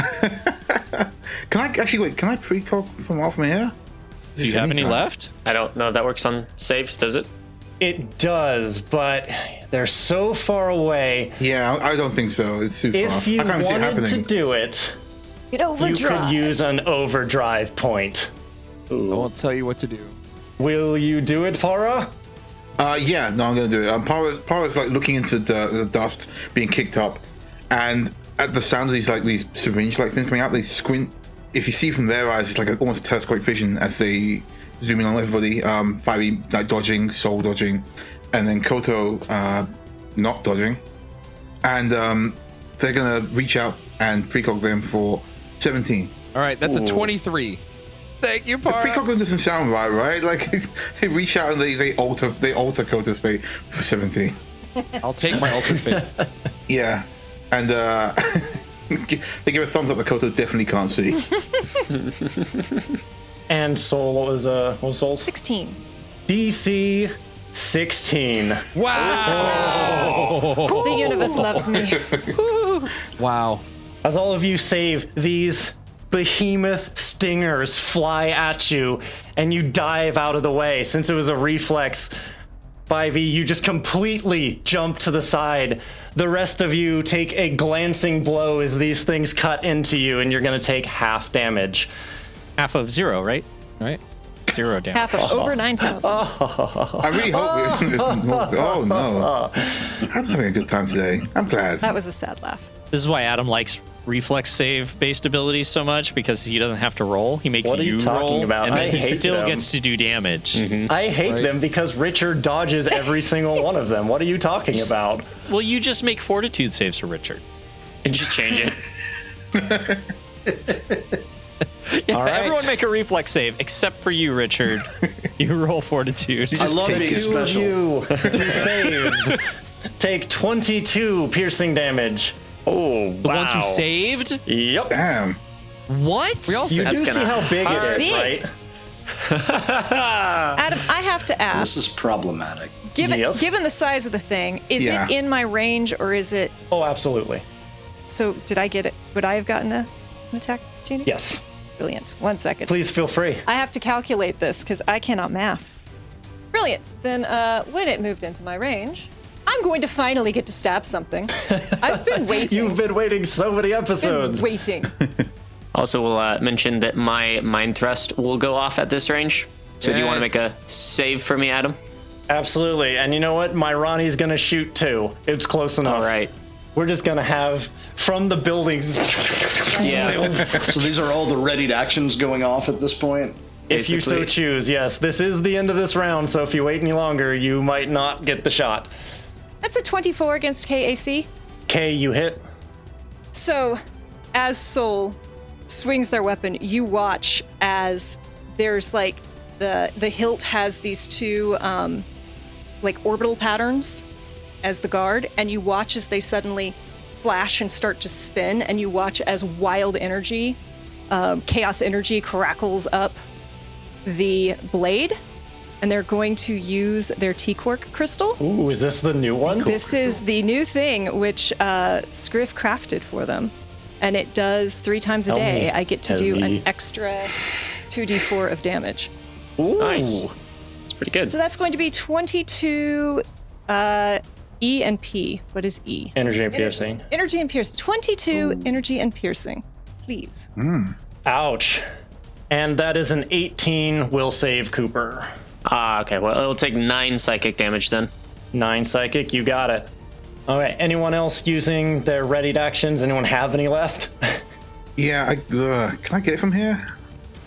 Can I actually wait? Can I precog from off my hair?
Do you have any left?
I don't know if that works on saves, does it?
It does, but they're so far away.
Yeah, I- I don't think so. It's too far.
If you
I can't see
wanted
it
to
happening.
do it,
Get over
you could
drive.
use an overdrive point.
I won't tell you what to do.
Will you do it, Para?
uh, yeah, no, I'm gonna do it. Um, Para's, Para's like looking into the, the dust being kicked up, and at the sound of these like these syringe-like things coming out, they squint. If you see from their eyes, it's like an almost telescopic vision as they zoom in on everybody. Um, Fiery like dodging, soul dodging, and then Koto uh, not dodging, and um, they're gonna reach out and precog them for 17.
All right, that's a 23. Thank you, Par.
Precognition doesn't sound right, right? Like they reach out and they, they alter they alter Coda's fate for seventeen.
I'll take my ultimate fit.
Yeah, and uh, they give a thumbs up that Koto definitely can't see.
And Soul, what was uh, what was Soul's?
16.
DC 16.
The universe loves me.
Wow.
As all of you save, these behemoth stingers fly at you, and you dive out of the way. Since it was a reflex, 5e, you just completely jump to the side. The rest of you take a glancing blow as these things cut into you, and you're going to take half damage.
Half of zero, right?
All right.
Zero damage.
Half of over 9,000.
I really hope it's, it's not. Oh no! I'm having a good time today. I'm glad.
That was a sad laugh.
This is why Adam likes reflex save based abilities so much because he doesn't have to roll. He makes
What are you
you
talking
roll,
about?
and
I
then he
hate
still
them. Mm-hmm.
gets to do damage.
I hate them because Richard dodges every single one of them. What are you talking about?
Well, you just make fortitude saves for Richard.
Just change it.
Yeah,
right.
Everyone make a reflex save except for you, Richard. you roll fortitude.
I love
kick
being
it.
Two of
special.
you who saved take 22 piercing damage. Oh,
The ones you saved?
Yep.
Damn.
What? We all
You
That's
do see
gonna
how big it
hurt.
is,
Big.
right?
Adam, I have to
This
ask
is problematic.
given,
Yes.
given the size of the thing, is
Yeah.
it in my range or is it.
Oh, absolutely.
So, did I get it? Would I have gotten a, an attack opportunity?
Yes.
Brilliant. One second.
Please feel free.
I have to calculate this because I cannot math. Brilliant. Then uh, when it moved into my range, I'm going to finally get to stab something. I've been waiting.
You've been waiting so many
been
episodes.
waiting.
Also, we'll uh, mention that my mind thrust will go off at this range. So, do you want to
Yes.
make a save for me, Adam?
Absolutely. And you know what? My Ronnie's gonna shoot too. It's close enough.
All right.
We're just gonna have from the buildings.
Yeah. so these are all the readied actions going off at this point.
If you so
Basically.
choose, yes. This is the end of this round, so if you wait any longer, you might not get the shot.
That's a 24 against KAC.
K, you hit.
So, as Soul swings their weapon, you watch as there's like the the hilt has these two um, like orbital patterns as the guard, and you watch as they suddenly flash and start to spin, and you watch as wild energy, um, chaos energy, crackles up the blade, and they're going to use their T-Quark crystal.
Ooh, is this the new one?
This is the new thing which uh, Scriff crafted for them. And it does three times a
Tell
day.
me,
I get to
tell
do
me.
an extra 2d4 of damage.
Ooh.
Nice. It's pretty good. Uh,
So that's going to be 22 uh, E and P. What is E?
Energy and piercing.
Energy and piercing. 22 energy and piercing. Please.
Hmm? Ouch. And that is an 18 will save Cooper.
Ah, okay. Well, it'll take nine psychic damage then.
Nine psychic, you got it. All right, anyone else using their readied actions? Anyone have any left?
Yeah. I, uh, can I get it from here?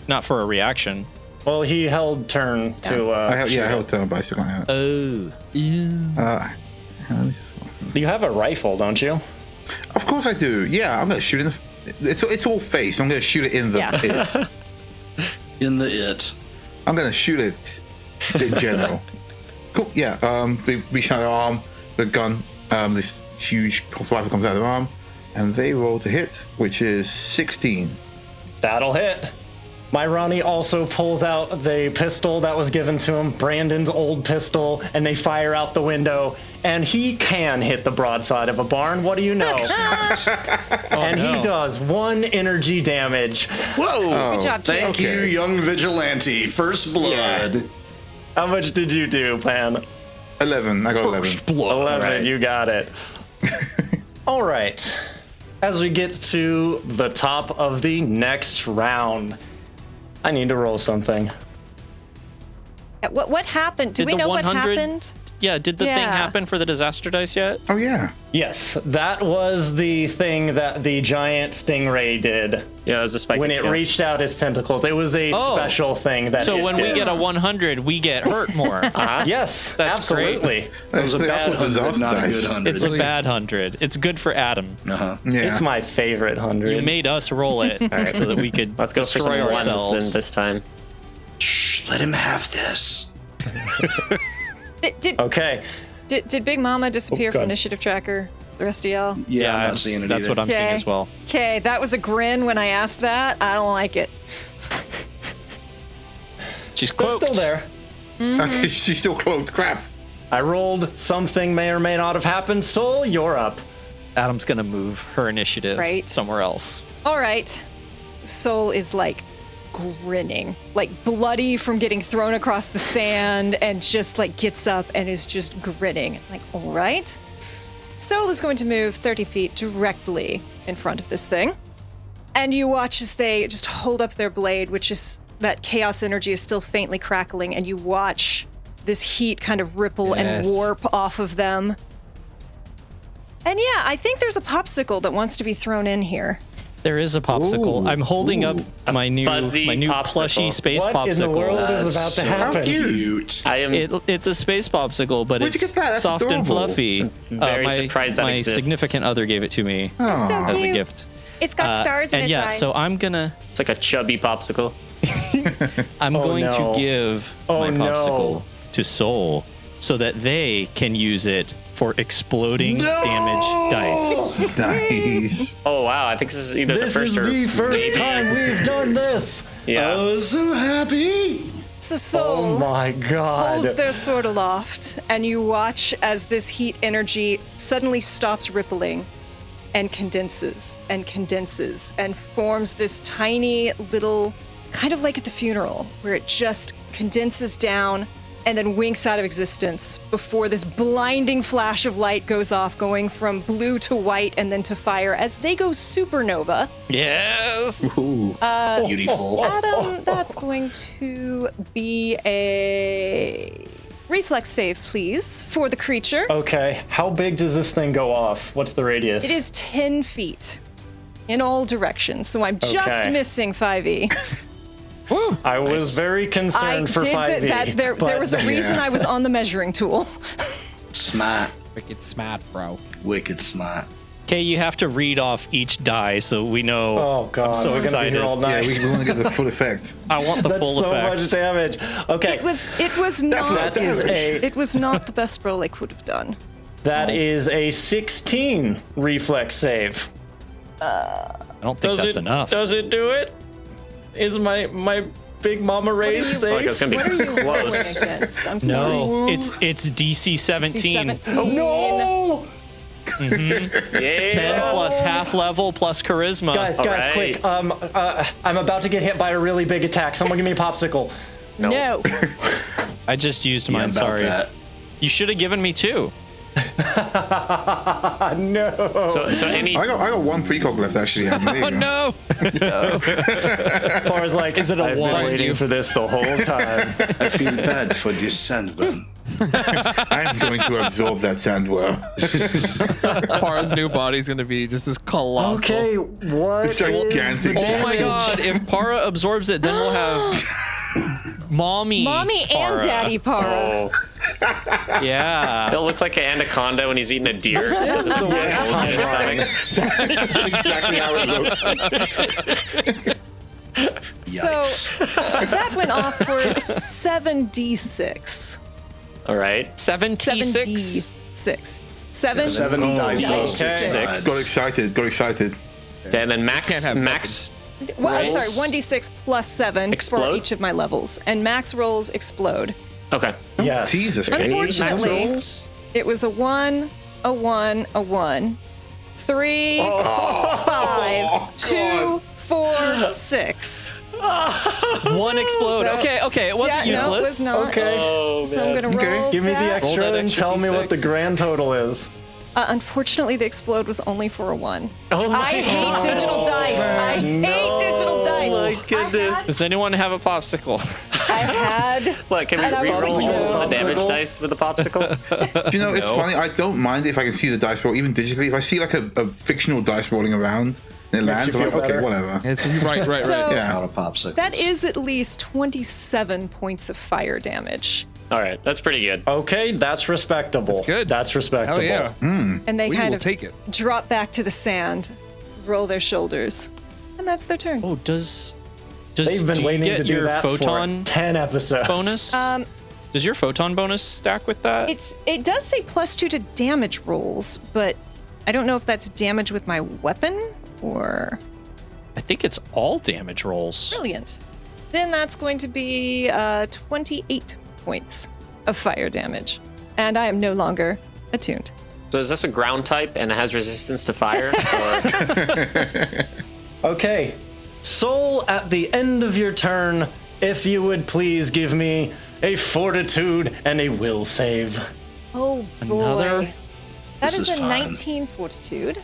Not for a reaction.
well, he held turn to. Uh,
I held, yeah, I
shoot.
held turn, but I still can't have it.
Oh.
Uh,
You have a rifle, don't you?
of course I do. Yeah, I'm gonna shoot in the. It's it's all face. I'm gonna shoot it in the.
Yeah.
It.
In the it.
I'm gonna shoot it in general. cool. Yeah. Um. They reach out their arm, the gun. Um. This huge rifle comes out of their arm, and they roll to hit, which is 16.
That'll hit. My Ronnie also pulls out the pistol that was given to him, Brandon's old pistol, and they fire out the window. And he can hit the broadside of a barn. What do you know? and he
no.
does one energy damage.
Whoa!
Good job,
Thank
Jake.
you, young vigilante. First blood.
How much did you do, Pan?
11.
Oh,
I got 11.
Blow.
11,
Right.
you got it. All right. As we get to the top of the next round, I need to roll something.
What what happened? Do
Did
we
the
know what
100
happened?
Yeah, did the thing
Yeah.
happen for the disaster dice yet?
Oh, yeah.
Yes, that was the thing that the giant stingray did
Yeah, it was a spike.
when it
yeah.
reached out its tentacles. It was a
Oh.
special thing that.
So
it
when we
did.
get a 100, we get hurt more.
Ah. yes,
That's great.
absolutely.
That
It was a bad hundred, not a good hundred.
It's a bad Mm. 100. It's good for Adam.
uh-huh.
Yeah.
It's my favorite
You
hundred.
made us roll it so that we could
Let's go for some
destroy
ones then
ourselves.
this time.
Shh, let him have this.
Did, did,
okay,
did, did Big Mama disappear
Oh. God.
from initiative tracker? The rest of y'all?
Yeah, I'm
I'm-
not seeing it
that's
either.
what I'm seeing
Okay.
as well.
Okay, that was a grin when I asked that. I don't like it.
She's
they're
cloaked.
still there.
She's still clothed. Crap.
I rolled something may or may not have happened. Soul, you're up.
Adam's gonna move her initiative
Right.
somewhere else.
All right. Soul is like grinning, like bloody from getting thrown across the sand, and just like gets up and is just grinning. Like, all right. Soul is going to move 30 feet directly in front of this thing. And you watch as they just hold up their blade, which is that chaos energy is still faintly crackling, and you watch this heat kind of ripple
Yes.
and warp off of them. And yeah, I think there's a popsicle that wants to be thrown in here.
There is a popsicle. I'm holding up my new
fuzzy
my new
popsicle.
plushy space
What
popsicle. Uh,
in the world is about
That's
to
so
happen?
Cute.
I am
It, it's a space popsicle, but
Where'd you
it's
get that? That's
soft and
adorable.
fluffy. Uh,
very
my,
surprised that
my
exists.
significant other gave it to me
Oh.
So
as a
cute.
gift.
It's got
Uh,
stars in
and
its
yeah,
eyes.
so I'm gonna
it's like a chubby popsicle.
I'm going
Oh, no.
to give
Oh,
my popsicle
no.
to Soul so that they can use it for exploding damage dice.
Nice.
Oh wow, I think this is either
This
the first
is
or
the first
maybe-
time we've done this.
Yeah. Oh,
so happy.
So Soul
Oh my god.
holds their sword aloft, and you watch as this heat energy suddenly stops rippling and condenses and condenses and forms this tiny little, kind of like at the funeral, where it just condenses down and then winks out of existence before this blinding flash of light goes off, going from blue to white and then to fire as they go supernova.
Yes.
Beautiful.
Adam, that's going to be a reflex save, please, for the creature.
Okay, how big does this thing go off? What's the radius?
It is 10 feet in all directions, so I'm just
Okay.
missing 5e.
I was very
I
concerned for
did
five E.
that, that there, there was a reason I was on the measuring tool.
Smart.
Wicked smart, bro.
Wicked smart.
Okay, you have to read off each die so we know.
Oh god,
I'm so
we're gonna be
excited.
here all
yeah,
night.
we, we want to get the full effect.
I want the
That's
full
so
effect.
much damage. Okay,
It was it was not
that is a
it was not the best roll I could have done.
that is a 16 reflex save.
I don't think that's
it
enough.
does it do it? Is my my big mama raise
Like, it's
safe?
gonna be
What are you rolling
close.
against? I'm sorry.
no, it's it's DC 17.
17.
No,
Yeah.
10 plus
Oh.
half level plus charisma.
guys, guys,
right.
quick! Um, uh, I'm about to get hit by a really big attack. Someone give me a popsicle.
No.
I just used
Yeah,
mine.
about
sorry.
that.
You should have given me two.
No.
So, so any
I got I got one precog left, actually. Adam. There you go.
No.
Bar's like, is it a I've
one?
been waiting
You-
for this the whole time.
I feel bad for this sandworm.
I'm going to absorb that sandworm.
Para's new body's gonna be just as colossal.
okay, what?
It's gigantic.
Is the
Oh my
damage?
god, if Para absorbs it, then we'll have mommy.
E,
Mommy and
Para.
Daddy
Oh.
Para.
Yeah.
He'll look like an anaconda when he's eating a deer.
This is the worst
Yeah,
time,
in his
Brian.
stomach.
exactly how it looks.
Yikes.
So that went off for 7d6.
All right.
76.
7d6. 7
Oh,
Seven dice.
Got excited. Got excited.
Okay, and then max
have
max
Well, I'm sorry,
Rolls?
1d6 plus 7
Explode?
for each of my levels, and max rolls explode.
Okay.
Yes.
Jesus.
Okay.
Unfortunately, it was a 1, a 1, a 1, 3, five, two, four, six.
One explode.
That-
Okay, okay, it wasn't
yeah, no, it was
useless.
not.
Okay.
Oh,
So I'm going to
Okay.
roll.
Give me the
that.
extra
that
and
extra
tell me what the
D6.
grand total is.
Uh, unfortunately, the explode was only for a 1.
Oh my
I
God.
hate digital dice. I
No,
hate digital dice.
my
I had-
goodness.
Does anyone have a popsicle?
I had
What, can
And I
we
was
reroll
like,
all the
no.
damage
Popsicle?
dice with a popsicle?
Do you know, it's funny. I don't mind if I can see the dice roll, even digitally. If I see like a, a fictional dice rolling around and it lands,
you
I'm
feel
like, okay,
better.
whatever.
It's right, right, right.
So-
Yeah.
out of popsicles.
That is at least 27 points of fire damage.
all right, that's pretty good.
Okay, that's respectable. That's
good.
That's respectable.
Hell yeah.
And they
We
kind
will
of
take it.
drop back to the sand, roll their shoulders, and that's their turn.
Oh, does does
They've been
do you
waiting
get
to do
your
that
photon
for ten episodes.
bonus?
Um,
does your photon bonus stack with that?
it's it does say plus two to damage rolls, but I don't know if that's damage with my weapon or
I think it's all damage rolls.
brilliant. Then that's going to be uh, 28 points of fire damage, and I am no longer attuned.
So is this a ground type and it has resistance to fire? Or...
Okay. Soul, at the end of your turn, if you would please give me a fortitude and a will save.
Oh boy.
Another?
That
This is
is, a
fun.
19 fortitude.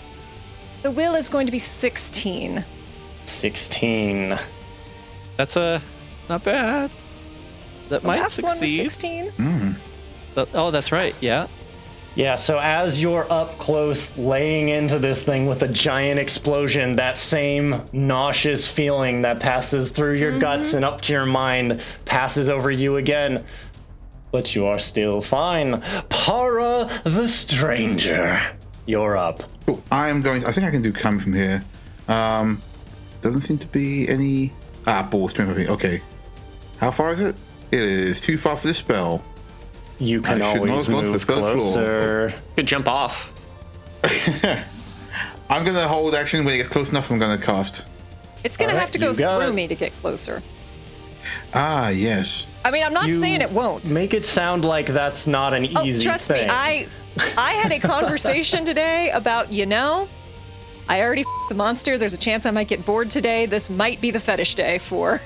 The will is going to be 16.
16.
That's a not bad. That
The
might
last one was
succeed.
16.
Hmm?
That- oh, that's right. Yeah.
Yeah, so as you're up close laying into this thing with a giant explosion, that same nauseous feeling that passes through
Mm-hmm.
your guts and up to your mind passes over you again. But you are still fine. Para the Stranger, you're up.
Cool. I am going. I think I can do cam from here. Um, doesn't seem to be any. Ah, ball strength. I think. Okay. How far is it? It is too far for this spell.
You can
I should not
always
have gone to the
move
third floor.
closer.
Could jump off.
I'm going to hold action when it gets close enough. I'm going to cast.
It's going
All
to
right,
have to go
you got
through
it.
me to get closer.
Ah, yes.
I mean, I'm not
You
saying it won't.
Make it sound like that's not an
Oh,
easy
trust
thing.
me. I I had a conversation today about, you know, I already f- the monster. There's a chance I might get bored today. This might be the fetish day for.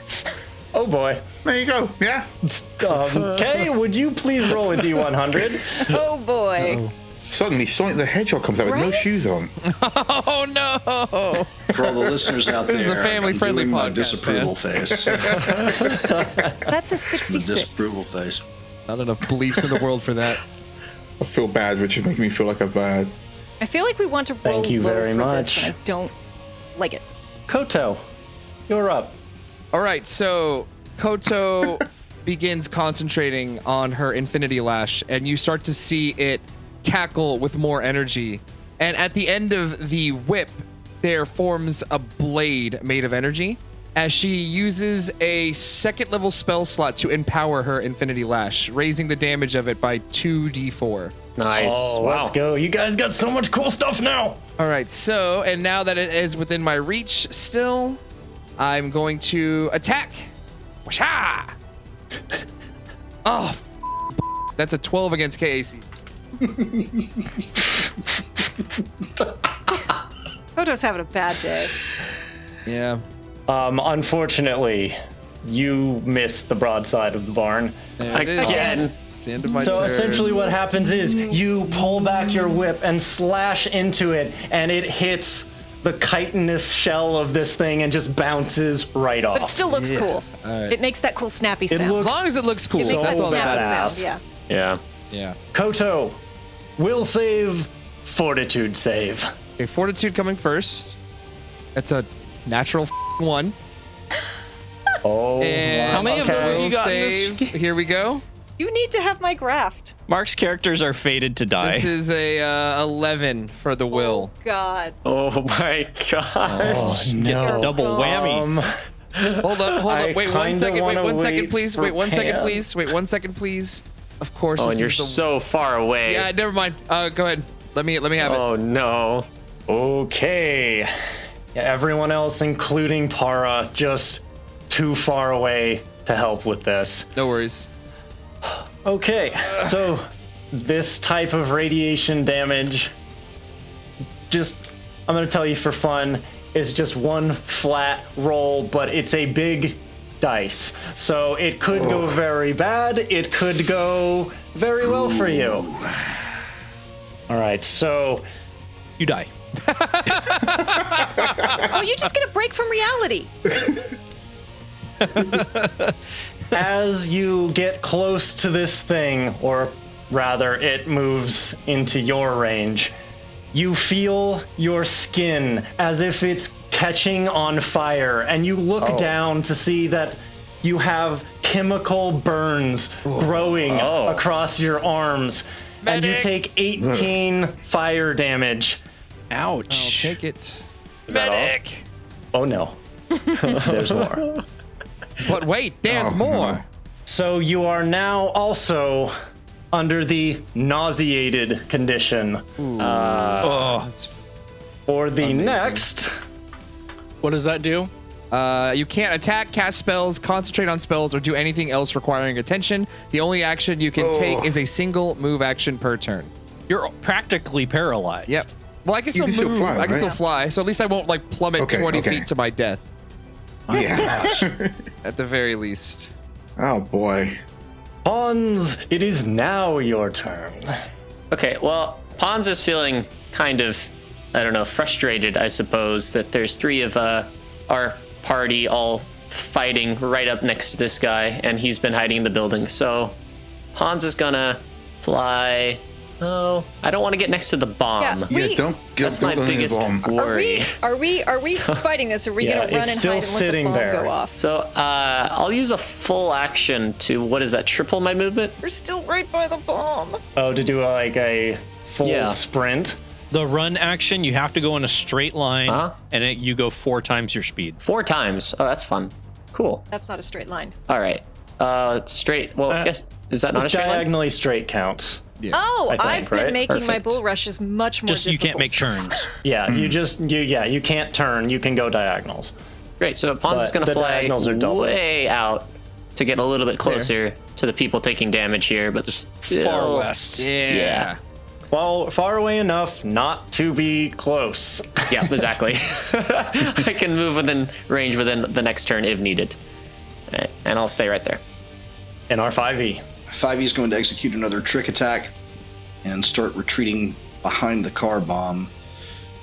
Oh boy.
There you go. Yeah.
Um, Kay, would you please roll a d100?
Oh boy.
Suddenly, Sonic the Hedgehog comes out with no
Right?
shoes on.
Oh no!
for all the listeners out there.
is a family-friendly
I'm doing my
podcast,
disapproval
man.
face.
That's a
the disapproval
66.
face.
Not enough beliefs in the world for that.
I feel bad, which is making me feel like a bad.
I feel like we want to roll
you
low
very
for this,
much.
and I don't like it.
Koto, you're up.
All right, so Koto begins concentrating on her Infinity Lash, and you start to see it cackle with more energy. And at the end of the whip, there forms a blade made of energy as she uses a second level spell slot to empower her Infinity Lash, raising the damage of it by 2d4.
Nice.
Oh,
wow.
let's go. You guys got so much cool stuff now.
All right, so, and now that it is within my reach still, I'm going to attack. Washa! Oh, f- that's a 12 against KAC.
Koto's having a bad day.
Yeah.
Um, unfortunately, you missed the broadside of the barn.
There it is.
Again.
It's the end of my
So
turn.
essentially, what happens is you pull back your whip and slash into it, and it hits the chitinous shell of this thing and just bounces right off.
But it still looks cool. It makes that cool snappy
It
sound.
looks
as long as it looks cool.
it makes
so
that
that's all
snappy
badass.
sound. Yeah.
Yeah.
Yeah.
Koto, will save, fortitude save.
Okay, fortitude coming first. That's a natural f- one.
Oh,
And
How many of those have
will
you got in this
save. Here we go.
You need to have my graft.
Mark's characters are fated to die.
This is a uh, 11 for the will.
God.
Oh my god.
oh no.
Double whammy.
Um,
Hold up, hold
I
up. Wait one
kinda
second. Wait
wanna
one
wait
second, please.
for
Wait one second,
Pam.
please. Wait one second, please. Of course.
Oh,
this
and you're
is the-
so far away.
Yeah, never mind. Uh, go ahead. Let me let me have it.
oh no.
Oh, Okay. Yeah, everyone else, including Para, just too far away to help with this.
No worries.
Okay, so this type of radiation damage, just, I'm going to tell you for fun, is just one flat roll, but it's a big dice. So it could go very bad, it could go very well for you. All right, so
You die.
Oh, you just get a break from reality.
as you get close to this thing, or rather, it moves into your range, you feel your skin as if it's catching on fire, and you look down to see that you have chemical burns growing across your arms, and you take 18 fire damage.
I'll Oh, take it.
Is that all?
Oh no, there's more.
But wait, there's more.
So you are now also under the nauseated condition.
Oh.
For the next,
What does that do?
Uh, you can't attack, cast spells, concentrate on spells, or do anything else requiring attention. The only action you can take is a single move action per turn.
You're practically paralyzed.
Yep. Well, I can still
can
move.
still fly,
I can
right?
still fly, so at least I won't like plummet
Okay,
20
okay.
feet to my death
Yeah.
at the very least.
oh boy.
Hans, it is now your turn.
Okay, well, Pons is feeling kind of, I don't know, frustrated, I suppose, that there's three of uh, our party all fighting right up next to this guy, and he's been hiding in the building. So Pons is gonna fly. Oh, I don't want to get next to the
Um,
bomb.
Yeah.
Yeah,
We-
don't get
That's
don't
my
go near the
biggest
bomb.
Are
worry.
we? Are we? Are we fighting this? Are we
Yeah,
gonna run
it's
and
still
hide and let the
sitting
bomb
there.
go off?
So uh, I'll use a full action to, what is that, triple my movement?
We're still right by the bomb.
Oh, to do uh, like a full
Yeah.
sprint.
The run action, you have to go in a straight line,
Uh-huh.
and it, you go four times your speed.
Four times. Oh, that's fun. Cool.
That's not a straight line.
All right. Uh, straight. Well,
Uh,
yes. Is that not a straight line?
Diagonally straight counts.
Oh,
think,
I've been
right?
making my
Perfect.
bull rushes much more.
Just you can't make
difficult.
turns.
Yeah, you
Hmm.
just you yeah you can't turn. You can go diagonals.
Great. So Pons
But
is going to
the
fly
diagonals are double.
way out to get a little bit closer to the people taking damage here, but still,
Far west.
Yeah.
Yeah.
Well, far away enough not to be close.
Yeah, exactly. I can move within range within the next turn if needed, All right, and I'll stay right there.
In our 5e.
5e is going to execute another trick attack and start retreating behind the car bomb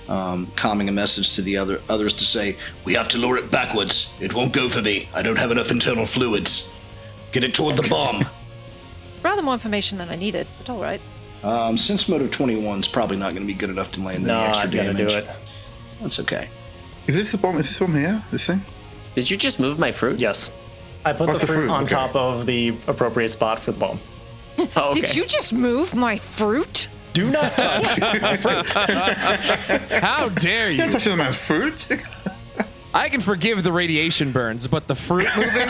um, calming a message to the other others to say
We have to lure it backwards. It won't go for me. I don't have enough internal fluids. Get it toward the bomb.
Rather more information than I needed, but all right.
um, since moto 21 is probably not going to be good enough to land any extra
Not gonna
damage
do it.
that's okay
Is this the bomb? Is this one here? This thing?
Did you just move my fruit?
Yes. I put
What's
the
the
fruit
fruit?
on
Okay.
top of the appropriate spot for the bomb.
Oh, okay.
Did you just move my fruit?
Do not touch.
How dare you?
I'm touching the man's fruit.
I can forgive the radiation burns, but the fruit moving?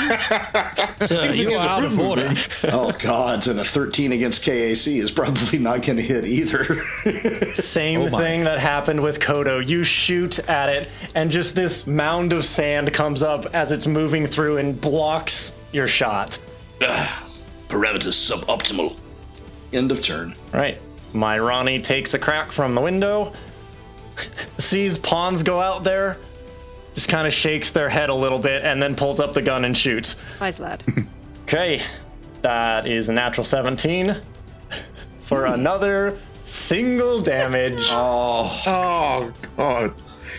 So uh, you are out of order.
oh god and a 13 against kac is probably not going to hit either
Same thing that happened with Kodo. You shoot at it, and just this mound of sand comes up as it's moving through and blocks your shot.
Parameters suboptimal.
end of turn
All Right. My Ronnie takes a crack from the window, sees pawns go out there, just kind of shakes their head a little bit, and then pulls up the gun and shoots.
Wise lad.
Okay, that is a natural 17 for another single damage.
Oh god.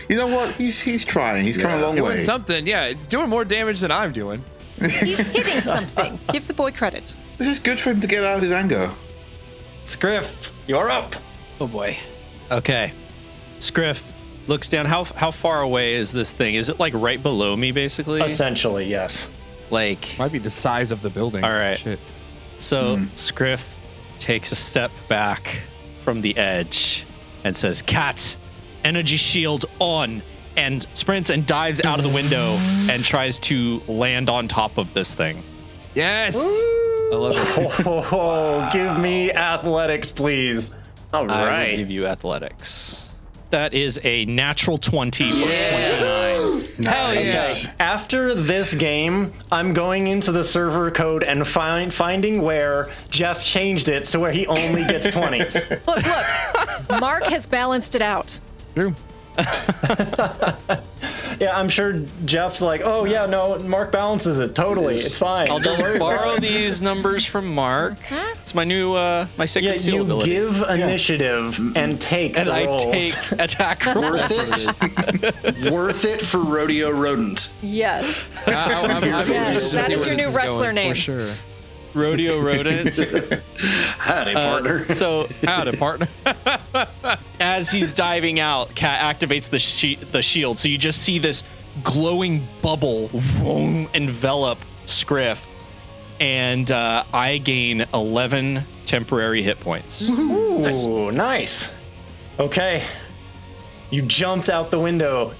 You know what? He's he's trying. He's come a long
Doing
way.
something. Yeah, it's doing more damage than I'm doing.
He's hitting something. Give the boy credit.
this is good for him to get out of his anger.
Scriff, you're up.
Oh boy. Okay. Scriff looks down. How how far away is this thing? Is it like right below me, basically?
Essentially, yes.
Like
Might be the size of the building.
All right.
Shit.
so. Scriff takes a step back from the edge and says, "Cat, energy shield on." And sprints and dives out of the window and tries to land on top of this thing.
Yes. I love it.
Oh, give me athletics, please.
I
All
will
right.
give you athletics. That is a natural 20 for
Hell
Uh,
After this game, I'm going into the server code and find finding where Jeff changed it so where he only gets 20s.
Look, look. Mark has balanced it out.
Yeah, I'm sure Jeff's like, oh yeah, no, Mark balances it totally. It's fine.
I'll just borrow these numbers from Mark. It's my new uh my secret
yeah,
seal
you
ability.
give initiative and take
and
the
I
rolls.
take attack roll.
Worth it. Worth it for rodeo rodent.
yes.
I, I, I'm, I'm
Yes,
interested to
that
see
is
where
your
this
new
is
wrestler
going,
name.
For sure.
rodeo rodent.
Howdy, partner.
so
Out of partner.
as he's diving out, Cat activates the shi the shield. So you just see this glowing bubble vroom, envelop Scriff, and uh, I gain 11 temporary hit points.
Mm-hmm. Ooh, nice. Okay. You jumped out the window.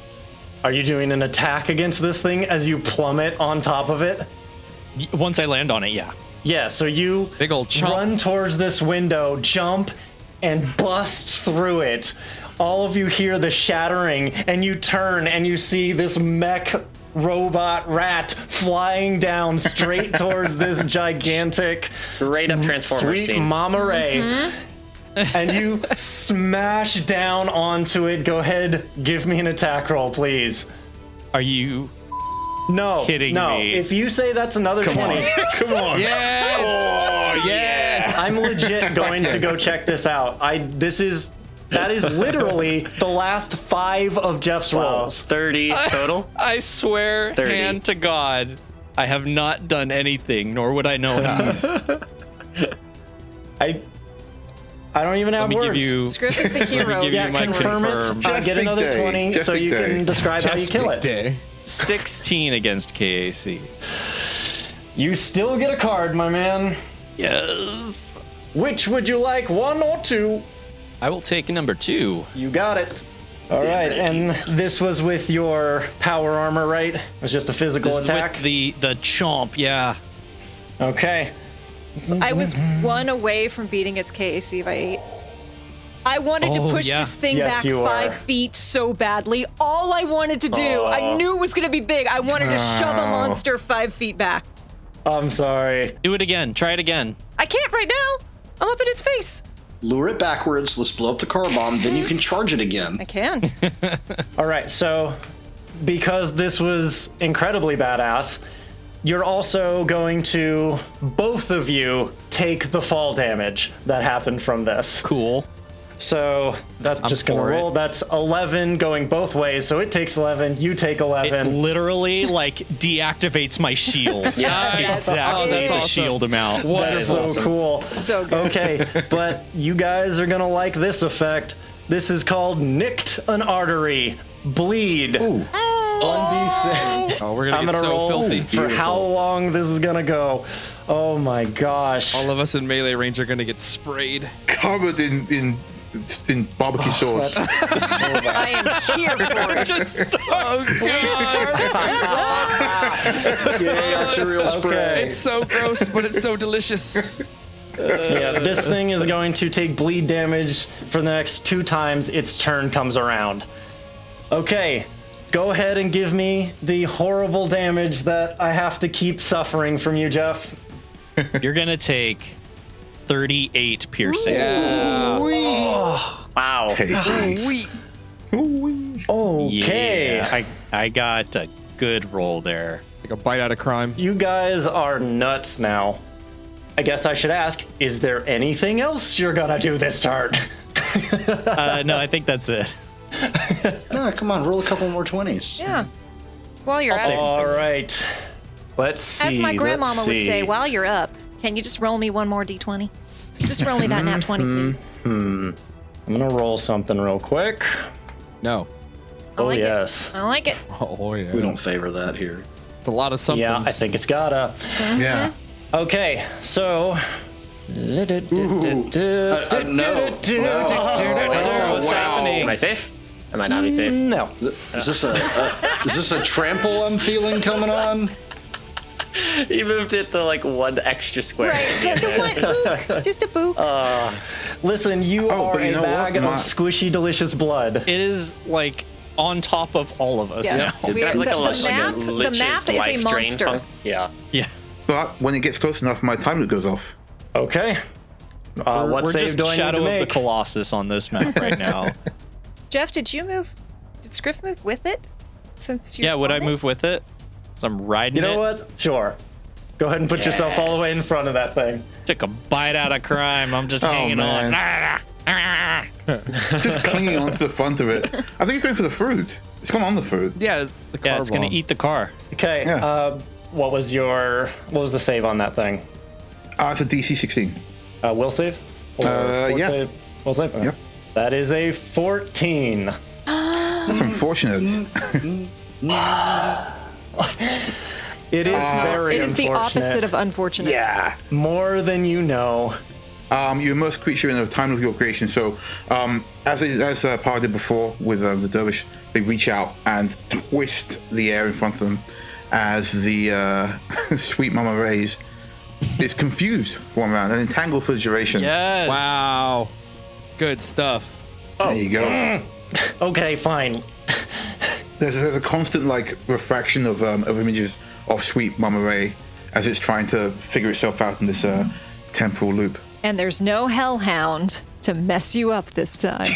Are you doing an attack against this thing as you plummet on top of it?
Y- Once I land on it, yeah.
Yeah, so you
Big old chomp.
run towards this window, jump, and bust through it. All of you hear the shattering, and you turn and you see this mech robot rat flying down straight towards this gigantic
Straight up Transformers
sweet
scene.
Mama Ray. and you smash down onto it. Go ahead, give me an attack roll, please.
Are you
No,
Kidding
no.
me.
If you say that's another twenty,
Come on.
Yes. yes.
I'm legit going to go check this out. I this is that is literally the last five of Jeff's
Well,
rolls.
30 Uh, total.
I swear,
30.
hand to God, I have not done anything, nor would I know how.
I I don't even have
Let me give
words.
you.
Scriff is the hero.
give you
yes,
my
confirm it.
confirm.
Uh,
Jeff's
get
big
another
day.
twenty,
Jeff's
so
big
you
day.
can describe how you kill it.
16 against KAC.
You still get a card, my man.
Yes.
Which would you like, one or two?
I will take number two.
You got it. All right, and this was with your power armor, right? It was just a physical
This is
attack.
with the the chomp, yeah.
okay.
I was one away from beating its KAC by eight. I wanted
Oh,
to push
yeah.
this thing
Yes,
back
you
five
are.
feet so badly. All I wanted to do, I knew it was going to be big. I wanted to shove a monster five feet back.
I'm sorry.
Do it again. Try it again.
I can't right now. I'm up in its face.
Lure it backwards. Let's blow up the car bomb. Then you can charge it again.
I can.
All right, so because this was incredibly badass, you're also going to both of you take the fall damage that happened from this.
Cool.
So that's just gonna
for
roll.
it.
That's 11 going both ways. So it takes 11. You take
It
11.
literally like deactivates my shield. yeah,
Yes.
exactly.
Oh, that's
the
awesome.
shield amount.
that is so cool.
Oh,
So good.
Okay, but you guys are gonna like this effect. This is called nicked an artery, bleed.
Oh, we're gonna
I'm
get
gonna
so
roll
filthy.
for how long this is gonna go. Oh my gosh.
All of us in melee range are gonna get sprayed.
Covered in in in barbecue
Oh,
sauce.
I am here for it.
Oh,
Yay, arterial spray.
It's
so gross, but it's so delicious.
yeah, this thing is going to take bleed damage for the next two times its turn comes around. Okay, go ahead and give me the horrible damage that I have to keep suffering from you, Jeff.
You're gonna take 38 piercing.
Wow.
Okay.
Yeah, I, I got a good roll there.
Like a bite out of crime.
You guys are nuts now. I guess I should ask is there anything else you're gonna do this turn?
Uh, no, I think that's it.
Ah, come on, roll a couple more 20s.
Yeah. While you're at it.
All right. Let's see.
As my
let's
grandmama would say,
see.
while you're up, can you just roll me one more d20? So just roll me that nat 20, please.
I'm gonna roll something real quick.
No.
I
Oh,
like
yes.
it. I like it.
Oh yeah.
We don't favor that here.
It's a lot of something.
Yeah, I think it's gotta.
Yeah.
Okay, so.
Uh, uh, no.
What's
Am I
happening?
safe? I might not be
Mm.
safe.
No.
Is this a, a is this a trample I'm feeling coming on?
you moved it the like one extra square.
Right, the one boop, just a boop.
Listen, you
Oh,
are
but you
a
know what?
bag of
My-
squishy, delicious blood.
It is like on top of all of us.
yes,
It's
we
got
are-
like
the,
a,
the
like a
map, the
lich's
map is
life
a
drain
monster.
func-
Yeah.
Yeah.
But when it gets close enough, my time loop goes off.
Okay. Uh,
We're-
what
We're
save
just
do I need
Shadow
to
of the
make?
Colossus on this map right now.
Jeff, did you move? Did Scriff move with it? Since you're
yeah, would I
on it?
move with it? 'Cause I'm riding
you know
it.
what? Sure. Go ahead and put yourself all the way in
Yes.
front of that thing.
Took a bite out of crime. I'm just
Oh,
hanging on.
man.
Ah, ah, ah.
Just clinging onto the front of it. I think it's going for the fruit. It's gone on the fruit.
Yeah, the car
Yeah, it's gonna
bomb.
eat the car.
Okay.
Yeah.
Uh, what was your what was the save on that thing?
Ah, it's a DC 16.
Uh, will save? Or
Uh,
will
yeah.
Save? Will save. Okay.
Yep.
That is a fourteen.
That's unfortunate.
It is very
It is the
unfortunate.
opposite of unfortunate.
Yeah.
more than you know.
Um, you immerse creature in the time of your creation. So, um, as as uh, Par did before with uh, the dervish, they reach out and twist the air in front of them as the uh, sweet Mama Rays is confused for one round and entangled for the duration.
Yes.
Wow. Good stuff.
There you go.
Okay, fine.
There's, there's a constant like refraction of um, of images of sweet Mama Ray as it's trying to figure itself out in this uh, temporal loop.
And there's no hellhound to mess you up this time.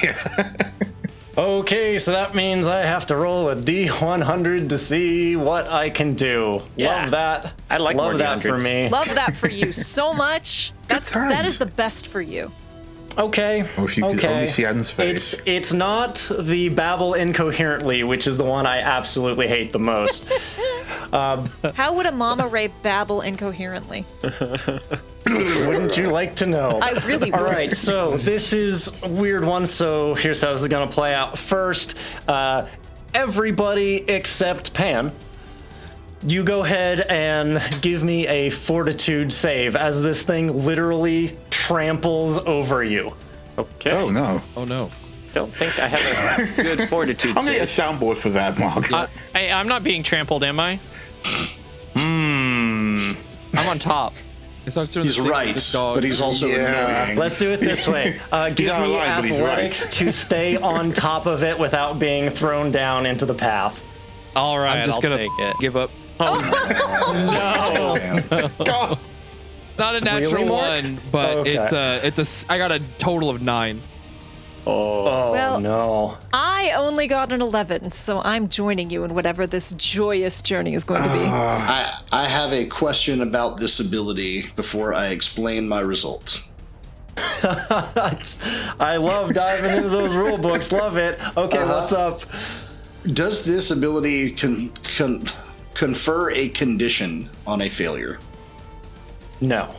Okay, so that means I have to roll a d100 to see what I can do.
Yeah.
Love that.
I like
love
more
that for
D100s.
me.
Love that for you so much. That's that
times.
is the best for you.
Okay.
Oh, if you
okay.
could only see Adam's face.
It's it's not the babble incoherently, which is the one I absolutely hate the most.
How would a mama ray babble incoherently?
Wouldn't you like to know?
I really would.
All right, so this is a weird one. So here's how this is gonna play out. First, uh, everybody except Pan, you go ahead and give me a fortitude save as this thing literally tramples over you.
Okay.
Oh no!
Oh no.
Don't think I have a good fortitude.
I'm gonna get a
save.
soundboard for that, Mark.
I, I, I'm not being trampled, am I? Hmm. I'm on top.
It starts doing
He's
this thing with
right,
this dog.
but he's also
Yeah.
annoying.
Let's do it this way. Uh, give
not
me
alive, but he's right.
athletics to stay on top of it without being thrown down into the path.
All right,
I'm just
I'll
gonna
take it.
give up.
Oh,
God.
Not a natural
Really, Mark?
one, but
Okay.
it's a it's a. s- I got a total of nine.
Oh
Well-
no.
I only got an 11, so I'm joining you in whatever this joyous journey is going to be.
I, I have a question about this ability before I explain my result.
I love diving into those rule books. Love it. Okay, what's up?
Does this ability con, con, confer a condition on a failure?
No.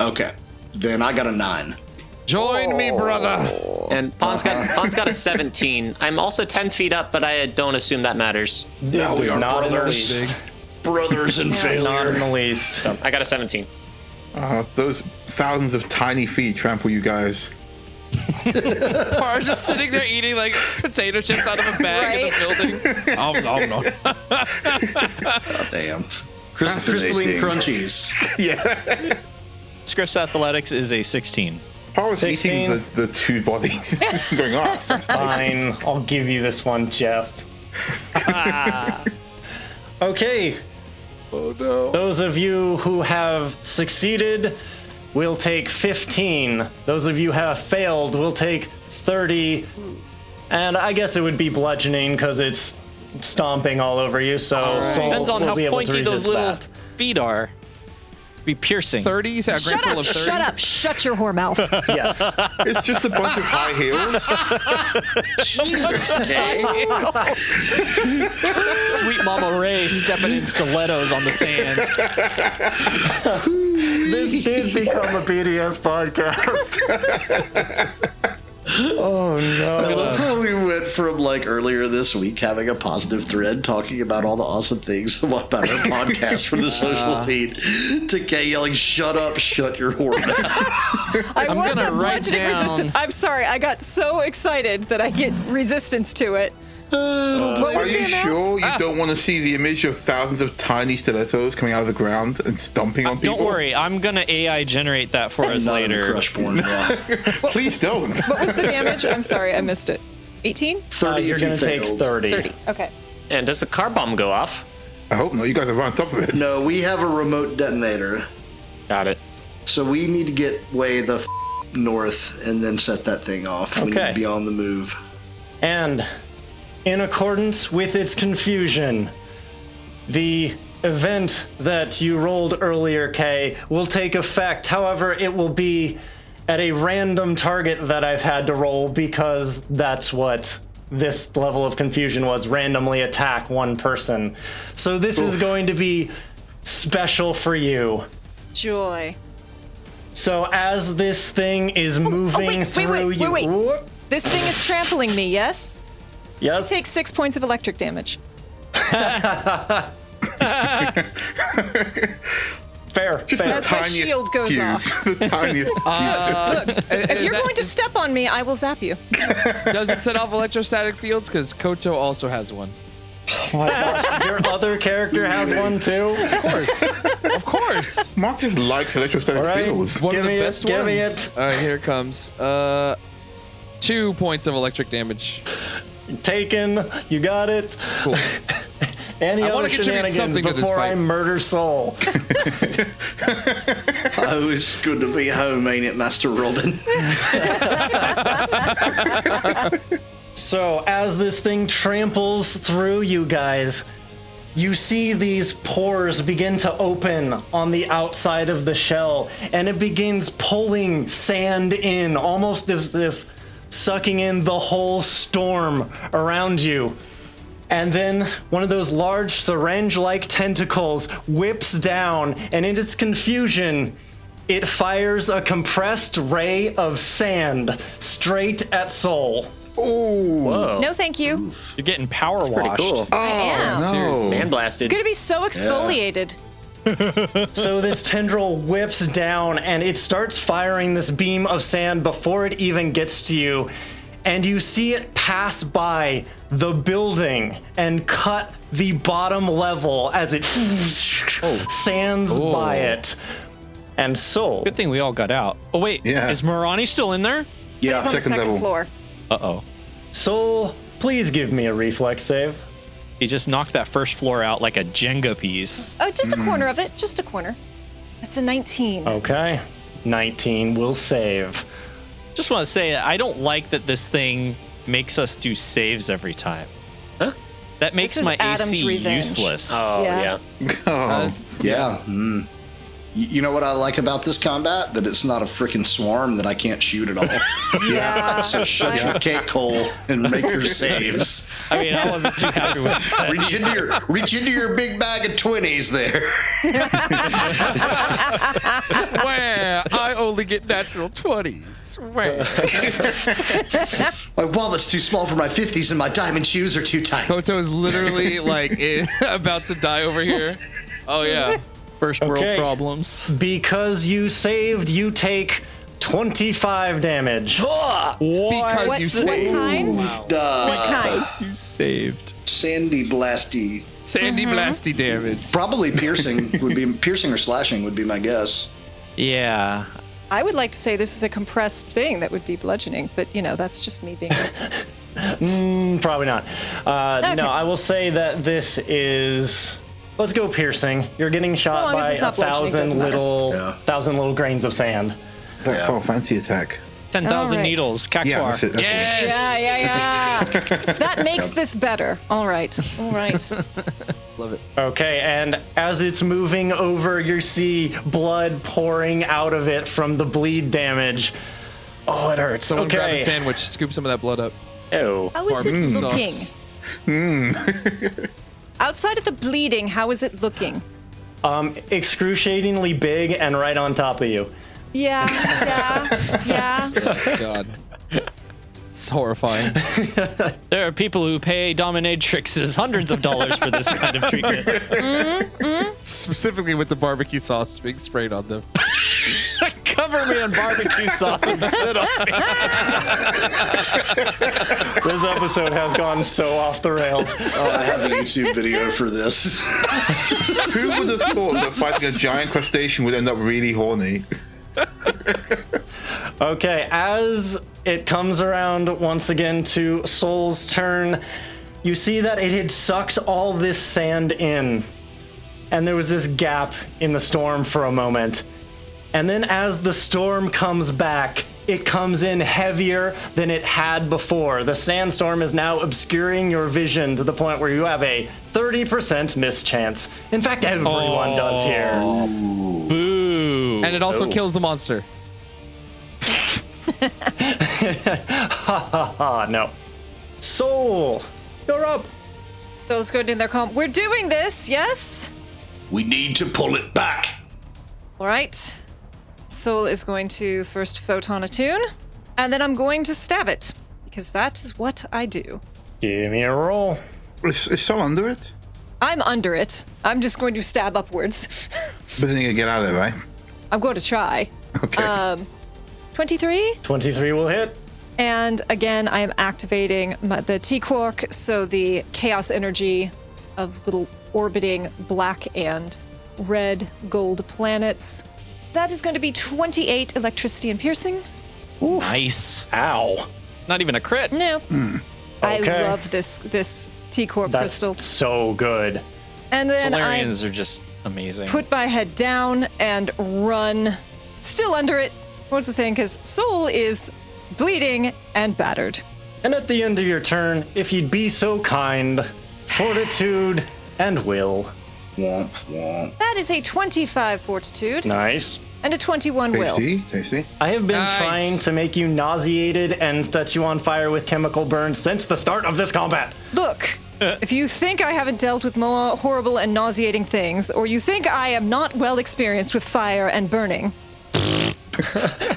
Okay, then I got a nine.
Join me, brother.
And Pon's got Pon's got a 17. I'm also 10 feet up, but I don't assume that matters.
Now Oh, we are
not in the
brothers.
league.
Brothers in
Not in
failure.
the least.
I got a 17.
Uh, those thousands of tiny feet trample you guys.
Par's just sitting there eating like potato chips out of a bag in the building. Oh no, no.
Damn. Crys-
Fascinating.
crystalline crunchies.
Scripps Athletics is a 16.
Paul was eating
Sixteen.
the, the two bodies going off.
Fine. I'll give you this one, Jeff. Ah. okay. Oh no. Those of you who have succeeded will take 15. Those of you who have failed will take 30. And I guess it would be bludgeoning because it's stomping all over you. So Saul
Depends on
will
how
be able to
pointy those
resist
little
that.
feet are. Be piercing.
Thirty. You said a grand
Shut
total of
up,
thirty.
shut up, shut your whore mouth.
Yes.
It's just a bunch of high heels.
Jesus, Kay.
Sweet Mama Ray stepping in stilettos on the sand.
this did become a BDS podcast. oh no.
Holy
went from like earlier this week having a positive thread talking about all the awesome things about our podcast from the
Uh.
social feed to Kay yelling, "Shut up! Shut your horn!"
I
I'm
want
gonna
that
write
bludgeoning
down-
resistance. I'm sorry, I got so excited that I get resistance to it. what
Are
was
you
the amount? Ah.
sure you don't want to see the image of thousands of tiny stilettos coming out of the ground and stomping on people?
Uh, Don't worry, I'm gonna AI generate that for us
Not in
later.
Crushborn. Yeah.
Please don't.
What was the damage? I'm sorry, I missed it. 18?
Uh,
Thirty.
you're
if you
gonna take
failed.
30.
Okay.
And does the car bomb go off?
I hope not. You guys are right on top of it.
No, Uh, we have a remote detonator,
Got it.
so we need to get way the f- north and then set that thing off. We need
Okay.
to be on the move.
And in accordance with its confusion, the event that you rolled earlier, Kay, will take effect. However, it will be at a random target that I've had to roll because that's what this level of confusion was randomly attack one person. So this is going to be special for you.
Joy.
So as this thing is moving
Oh, wait, wait,
through
wait,
you.
wait, wait.
Whoop.
This thing is trampling me, yes?
yes.
Take six points of electric damage.
fair. fair.
As my
Tiniest
shield goes
cube.
off. Uh,
the tiniest.
If you're going to step on me, I will zap you.
Uh, Does it set off electrostatic fields? Because Koto also has one.
Oh my gosh, your other character has one too.
Of course. of course.
Mark just likes electrostatic
All right.
fields.
One
Give
of the
me it,
best
give
ones.
me it.
All right, here it comes. Uh, two points of electric damage.
Taken. You got it.
Cool.
Any
I
other
wanna contribute
shenanigans
something to this
before I
fight.
murder Soul?
Oh, it's good to be home, ain't it, Master Robin?
So, as this thing tramples through you guys, you see these pores begin to open on the outside of the shell, and it begins pulling sand in, almost as if sucking in the whole storm around you. And then one of those large syringe like tentacles whips down, and in its confusion, it fires a compressed ray of sand straight at Soul.
No, thank you.
You're getting power
Pretty
washed.
cool.
I am.
Sandblasted.
Gonna be so exfoliated.
So this tendril whips down and it starts firing this beam of sand before it even gets to you. And you see it pass by the building and cut the bottom level as it sands by it. And so,
Good thing we all got out. Oh wait,
Yeah.
is Morani still in there?
Yeah,
It's on the second floor.
Uh oh.
Soul, please give me a reflex save.
He just knocked that first floor out like a Jenga piece.
Oh, just a corner of it. Just a corner. That's a
Oh.
19.
Okay. 19 will save.
Just want to say that I don't like that this thing makes us do saves every time. Huh? That makes
is
my
Adam's
AC
revenge.
useless.
Oh,
Yeah.
yeah.
Um,
Oh,
Yeah. Mm. Y- You know what I like about this combat? That it's not a freaking swarm that I can't shoot at all.
Yeah.
so shut your cake hole and make your saves.
I mean, I wasn't too happy with that.
Reach into your reach into your big bag of twenties there.
Where I only get natural 20s. Where?
My wallet's too small for my fifties, and my diamond shoes are too tight.
Oh,
Koto is Oh, literally like in, about to die over here. Oh, yeah.
First world
Okay.
problems.
Because you saved, you take 25 damage.
Because
What,
you
what
saved.
kind?
Duh,
What kind?
You saved.
sandy blasty,
Sandy
Mm-hmm.
blasty damage.
probably piercing would be piercing or slashing would be my guess.
Yeah.
I would like to say this is a compressed thing that would be bludgeoning, but you know, that's just me being.
Probably not. Uh,
Okay.
No, I will say that this is. Let's go piercing. You're getting shot
long as
by
it's
a
not bludgeoning, it
thousand
doesn't matter.
little,
Yeah.
thousand little grains of sand.
that Final Fantasy attack.
10,000
All right.
needles.
Yeah, that's it.
Cactuar.
That's it.
yeah, yeah, yeah. that makes this better. All right. All right.
Okay, and as it's moving over, you see blood pouring out of it from the bleed damage. Oh, it hurts.
Someone grab a
okay.
sandwich, scoop some of that blood up.
Oh.
How is it
Barbecue sauce.
looking? Outside of the bleeding, how is it looking?
um, excruciatingly big and right on top of you.
Oh,
Yeah, yeah, yeah.
God. That's horrifying.
There are people who pay dominatrixes hundreds of dollars for this kind of treatment.
Specifically with the barbecue sauce being sprayed on them.
Cover me in barbecue sauce and sit on me.
This episode has gone so off the rails.
Oh, I have a YouTube video for this.
Who would have thought that fighting a giant crustacean would end up really horny?
Okay, as it comes around once again to Soul's turn, you see that it had sucked all this sand in. And there was this gap in the storm for a moment. And then as the storm comes back, it comes in heavier than it had before. The sandstorm is now obscuring your vision to the point where you have a 30% miss chance. In fact, everyone does here.
Boo.
And it
oh.
also kills the monster.
Ah, no. Soul, you're up.
So let's go in their calm. We're doing this, yes?
We need to pull it back.
All right. Soul is going to first photon attune, and then I'm going to stab it because that is what I do.
Give me a roll.
Is, is Sol under it?
I'm under it. I'm just going to stab upwards.
But then you get out of there, right?
I'm going to try.
Okay.
Um, 23,
23 will hit.
and again, I am activating my, the T Quark, so the chaos energy of little orbiting black and red gold planets. That is going to be 28 electricity and piercing.
Nice.
Ow.
Not even a crit.
No. I
Hmm. Okay.
love this this T Corp
That's
crystal.
so good.
And then I
Solarians are just amazing.
put my head down and run, still under it. What's the thing? Because Soul is bleeding and battered.
And at the end of your turn, if you'd be so kind, fortitude and will.
womp womp.
That is a 25 fortitude
Nice.
and a 21 will.
Tasty, tasty.
I have been
Nice.
trying to make you nauseated and set you on fire with chemical burns since the start of this combat.
Look, if you think I haven't dealt with more horrible and nauseating things, or you think I am not well experienced with fire and burning,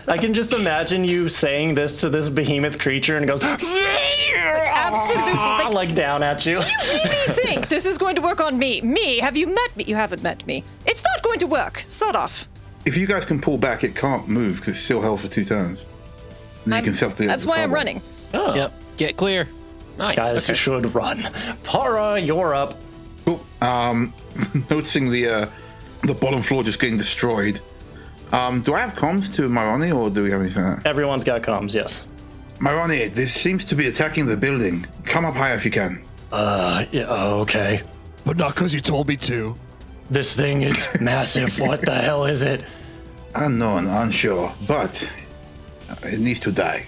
I can just imagine you saying this to this behemoth creature and it goes "Ah,"
absolutely. like,
like down at you.
really think this is going to work on me? Me? Have you met me? You haven't met me. It's not going to work. Sod off.
If you guys can pull back, it can't move because it's still held for two turns. And then you can self the
That's
the
why I'm
carbon.
running.
Yep. Get clear.
Nice.
Guys
Okay.
should run. Para, you're up.
Cool. Um, noticing the uh, the bottom floor just getting destroyed. Um, do I have comms to Marani or do we have anything? Like that?
Everyone's got comms, yes.
Marani, this seems to be attacking the building. Come up higher if you can.
Uh, yeah, okay.
But not because you told me to.
This thing is massive. What the hell is it?
Unknown, unsure, but it needs to die.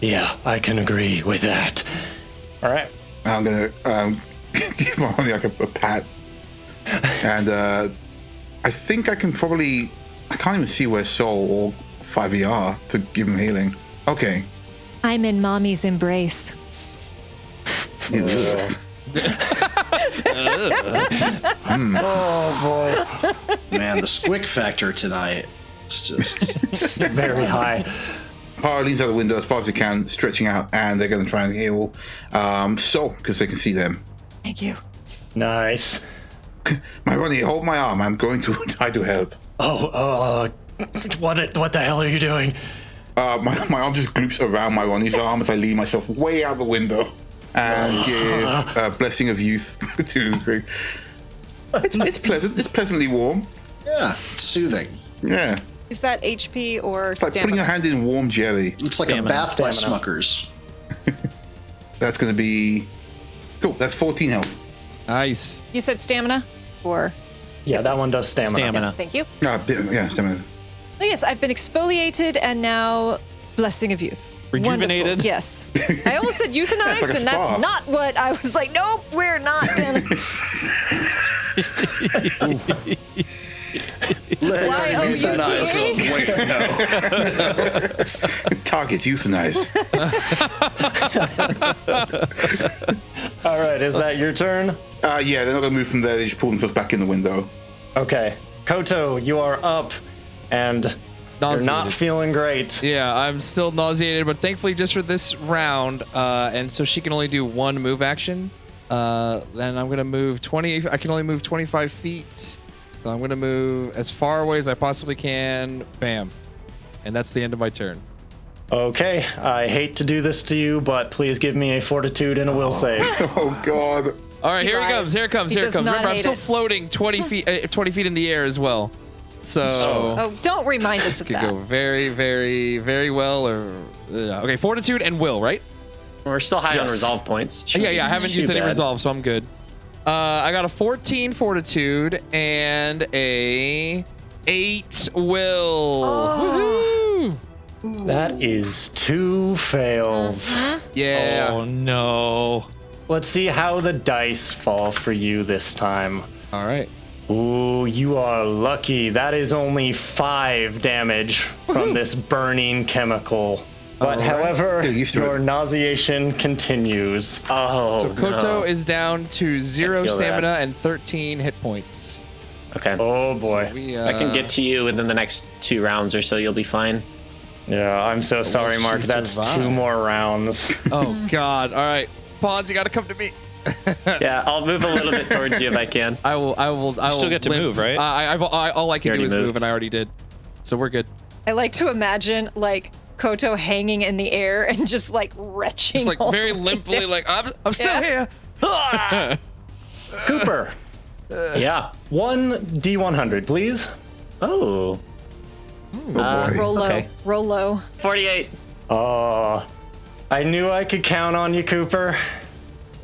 Yeah, I can agree with that. All right.
I'm gonna um, give Marani like a, a pat, and uh, I think I can probably. I can't even see where Soul or Five E are to give him healing. Okay.
I'm in mommy's embrace.
Man, the squick factor tonight. It's just
Very high.
Power leans out the window as far as they can, stretching out, and they're going to try and heal um, Soul because they can see them.
Thank you.
Nice.
Marani, hold my arm. I'm going to try to help.
Oh, uh, what what the hell are you doing?
Uh, my, my arm just gloops around my Ronnie's arm as I lean myself way out the window and give a blessing of youth to. It's, it's pleasant. It's pleasantly warm.
yeah, it's soothing.
Yeah,
Is that HP or
it's like putting your hand
stamina?
in warm jelly.
It's like a bath by Smuckers.
That's going to be cool. That's 14 health.
Nice.
You said stamina? Or.
Yeah, that one does stamina.
Stamina.
Thank you.
Uh, yeah, stamina.
Oh, yes, I've been exfoliated and now blessing of youth.
Rejuvenated?
Wonderful. Yes. I almost said euthanized,
like a
and that's
spa.
not what I was like. Nope, we're not. Gonna.
Let's euthanize
Y-O-U-T-H?
him. Wait, no.
Target euthanized.
All right, is that your turn?
uh, yeah, they're not going to move from there. They just pull themselves back in the window.
Okay, Koto, you are up, and They're not
Nauseated.
feeling great.
Yeah, I'm still nauseated, but thankfully just for this round, uh, and so she can only do one move action. Uh, then I'm gonna move 20. I can only move 25 feet, so I'm gonna move as far away as I possibly can. Bam, and that's the end of my turn.
Okay, I hate to do this to you, but please give me a fortitude and a will save.
Oh god.
All right,
He
here it
lies.
comes. Here it comes.
He
here it
does
comes.
not
Remember, I'm
hate
still
it.
floating 20 feet, uh, 20 feet in the air as well. So
Oh, don't remind us of
could go
that.
very, very, very well. Or uh, okay, fortitude and will, right?
We're still high on
Yes.
resolve points.
yeah, yeah. I
Shouldn't be
haven't
too
used any
bad.
resolve, so I'm good. Uh, I got a 14 fortitude and a eight will.
Oh.
Woohoo!
That is two fails.
Yeah.
Oh no.
Let's see how the dice fall for you this time.
All right.
Ooh, you are lucky. That is only five damage from this burning chemical. But however,
Get used to
your
it.
nauseation continues.
Oh,
So Koto
no.
is down to zero
feel that.
stamina and 13 hit points.
okay.
Oh boy.
We, uh,
I can get to you within the next two rounds or so. You'll be fine.
Yeah, I'm so sorry,
she
Mark. That's two
survive?
more rounds.
Oh God! All right, Pons, you got to come to me.
Yeah, I'll move a little bit towards you if I can.
I will. I will. I will
still get to
limp.
move, right?
I, I, I've, I, all I can
You
do
already
is move,
moved.
and I already did. So we're good.
I like to imagine like Koto hanging in the air and just like retching.
It's like
all
very
the way
limply,
down.
like I'm, I'm still
Yeah.
here.
Cooper,
Yeah.
one D100, please.
Oh.
roll low,
Okay.
roll low.
48.
Oh, I knew I could count on you, Cooper.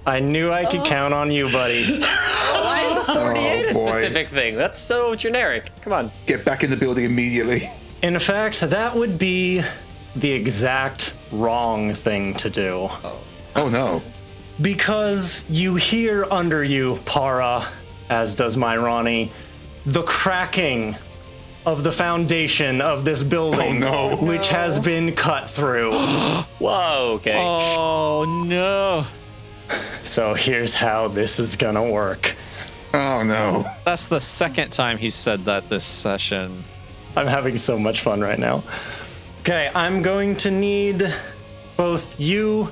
I knew I
Oh.
could count on you, buddy.
Why is a 48
Oh,
a
boy.
specific thing? That's so generic. Come on.
Get back in the building immediately.
In fact, that would be the exact wrong thing to do.
Oh no.
Because you hear under you, Para, as does Myrani, the cracking of the foundation of this building,
Oh, no.
which has been cut through.
Whoa, okay.
Oh no.
so here's how this is gonna work.
Oh no.
That's the second time he said that this session.
I'm having so much fun right now. Okay, I'm going to need both you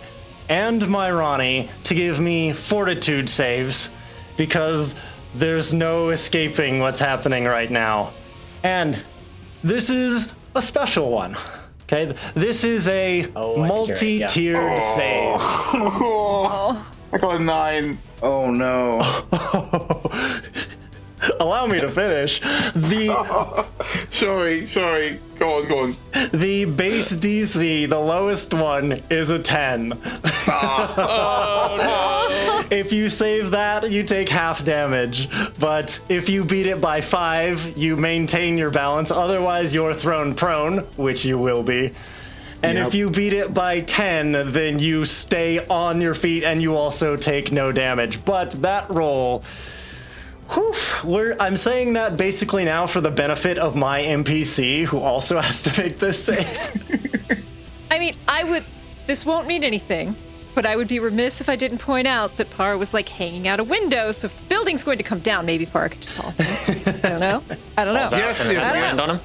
and Myrani to give me fortitude saves because there's no escaping what's happening right now. And this is a special one. Okay, this is a multi-tiered save.
Oh.
I got a nine.
Oh no.
Allow me to finish. The
Sorry, sorry. Go on, go on.
the base DC, the lowest one, is a 10.
Ah.
If you save that, you take half damage. But if you beat it by five, you maintain your balance. Otherwise, you're thrown prone, which you will be. And if
Yep.
you beat it by 10, then you stay on your feet and you also take no damage. But that roll. whew, we're, I'm saying that basically now for the benefit of my NPC, who also has to make this save.
I mean, I would. This won't mean anything, but I would be remiss if I didn't point out that Par was like hanging out a window. So if the building's going to come down, maybe Par could just fall. I don't know. I don't know.
Yeah,
And it has
yeah.
to land on him.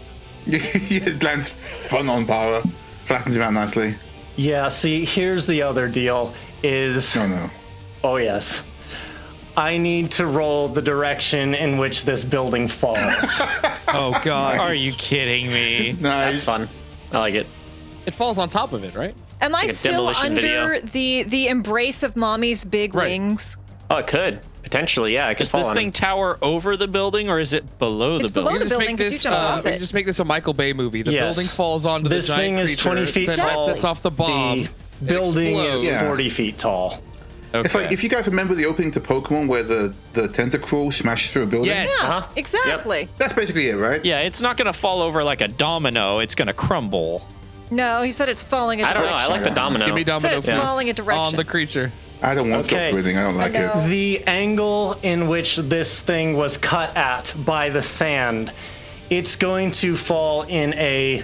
it lands fun on Para. Flattens him out nicely.
yeah, see, here's the other deal is.
Oh no.
Oh, yes. I need to roll the direction in which this building falls.
Oh god. Are you kidding me?
Nice.
That's fun. I like it.
It falls on top of it, right?
Am I
a
still
demolition
under
video.
the the embrace of mommy's big
Right.
wings?
Oh, it could. Potentially, yeah. It could
Does
fall
this
on
thing
him.
tower over the building or is it below
It's
the
below
building?
the
just
building
make
because you
this.
jumped
uh,
off
we
it.
just make this a Michael Bay movie. The
Yes.
building falls onto
this
the giant
thing is 20
creature,
feet
then
tall.
That sets off the bomb.
The building is
explodes.
Yeah.
40 feet tall.
It's like if you guys remember the opening to Pokemon where the, the tentacruel smashes through a building.
Yes.
Yeah, exactly.
That's basically it, right?
yeah, it's not gonna fall over like a domino. It's gonna crumble.
No, he said it's falling a
I don't
direction.
know. I like the domino.
Give me domino.
it's
please.
falling in direction.
on the creature.
I don't want
Okay.
to stop breathing. I don't like
I know.
it.
The angle in which this thing was cut at by the sand, it's going to fall in a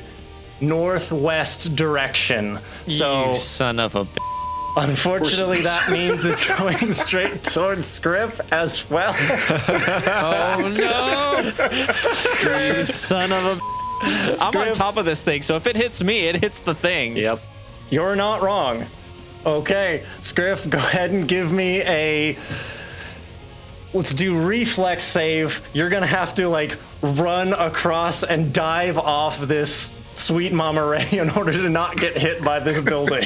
northwest direction. So,
you son of a b-
unfortunately, that means it's going straight towards Scrip as well.
Oh no!
you son of a b- I'm on top of this thing, so if it hits me, it hits the thing.
Yep. You're not wrong. Okay, Scriff, go ahead and give me a. Let's do reflex save. You're gonna have to like run across and dive off this sweet mama ray in order to not get hit by this building.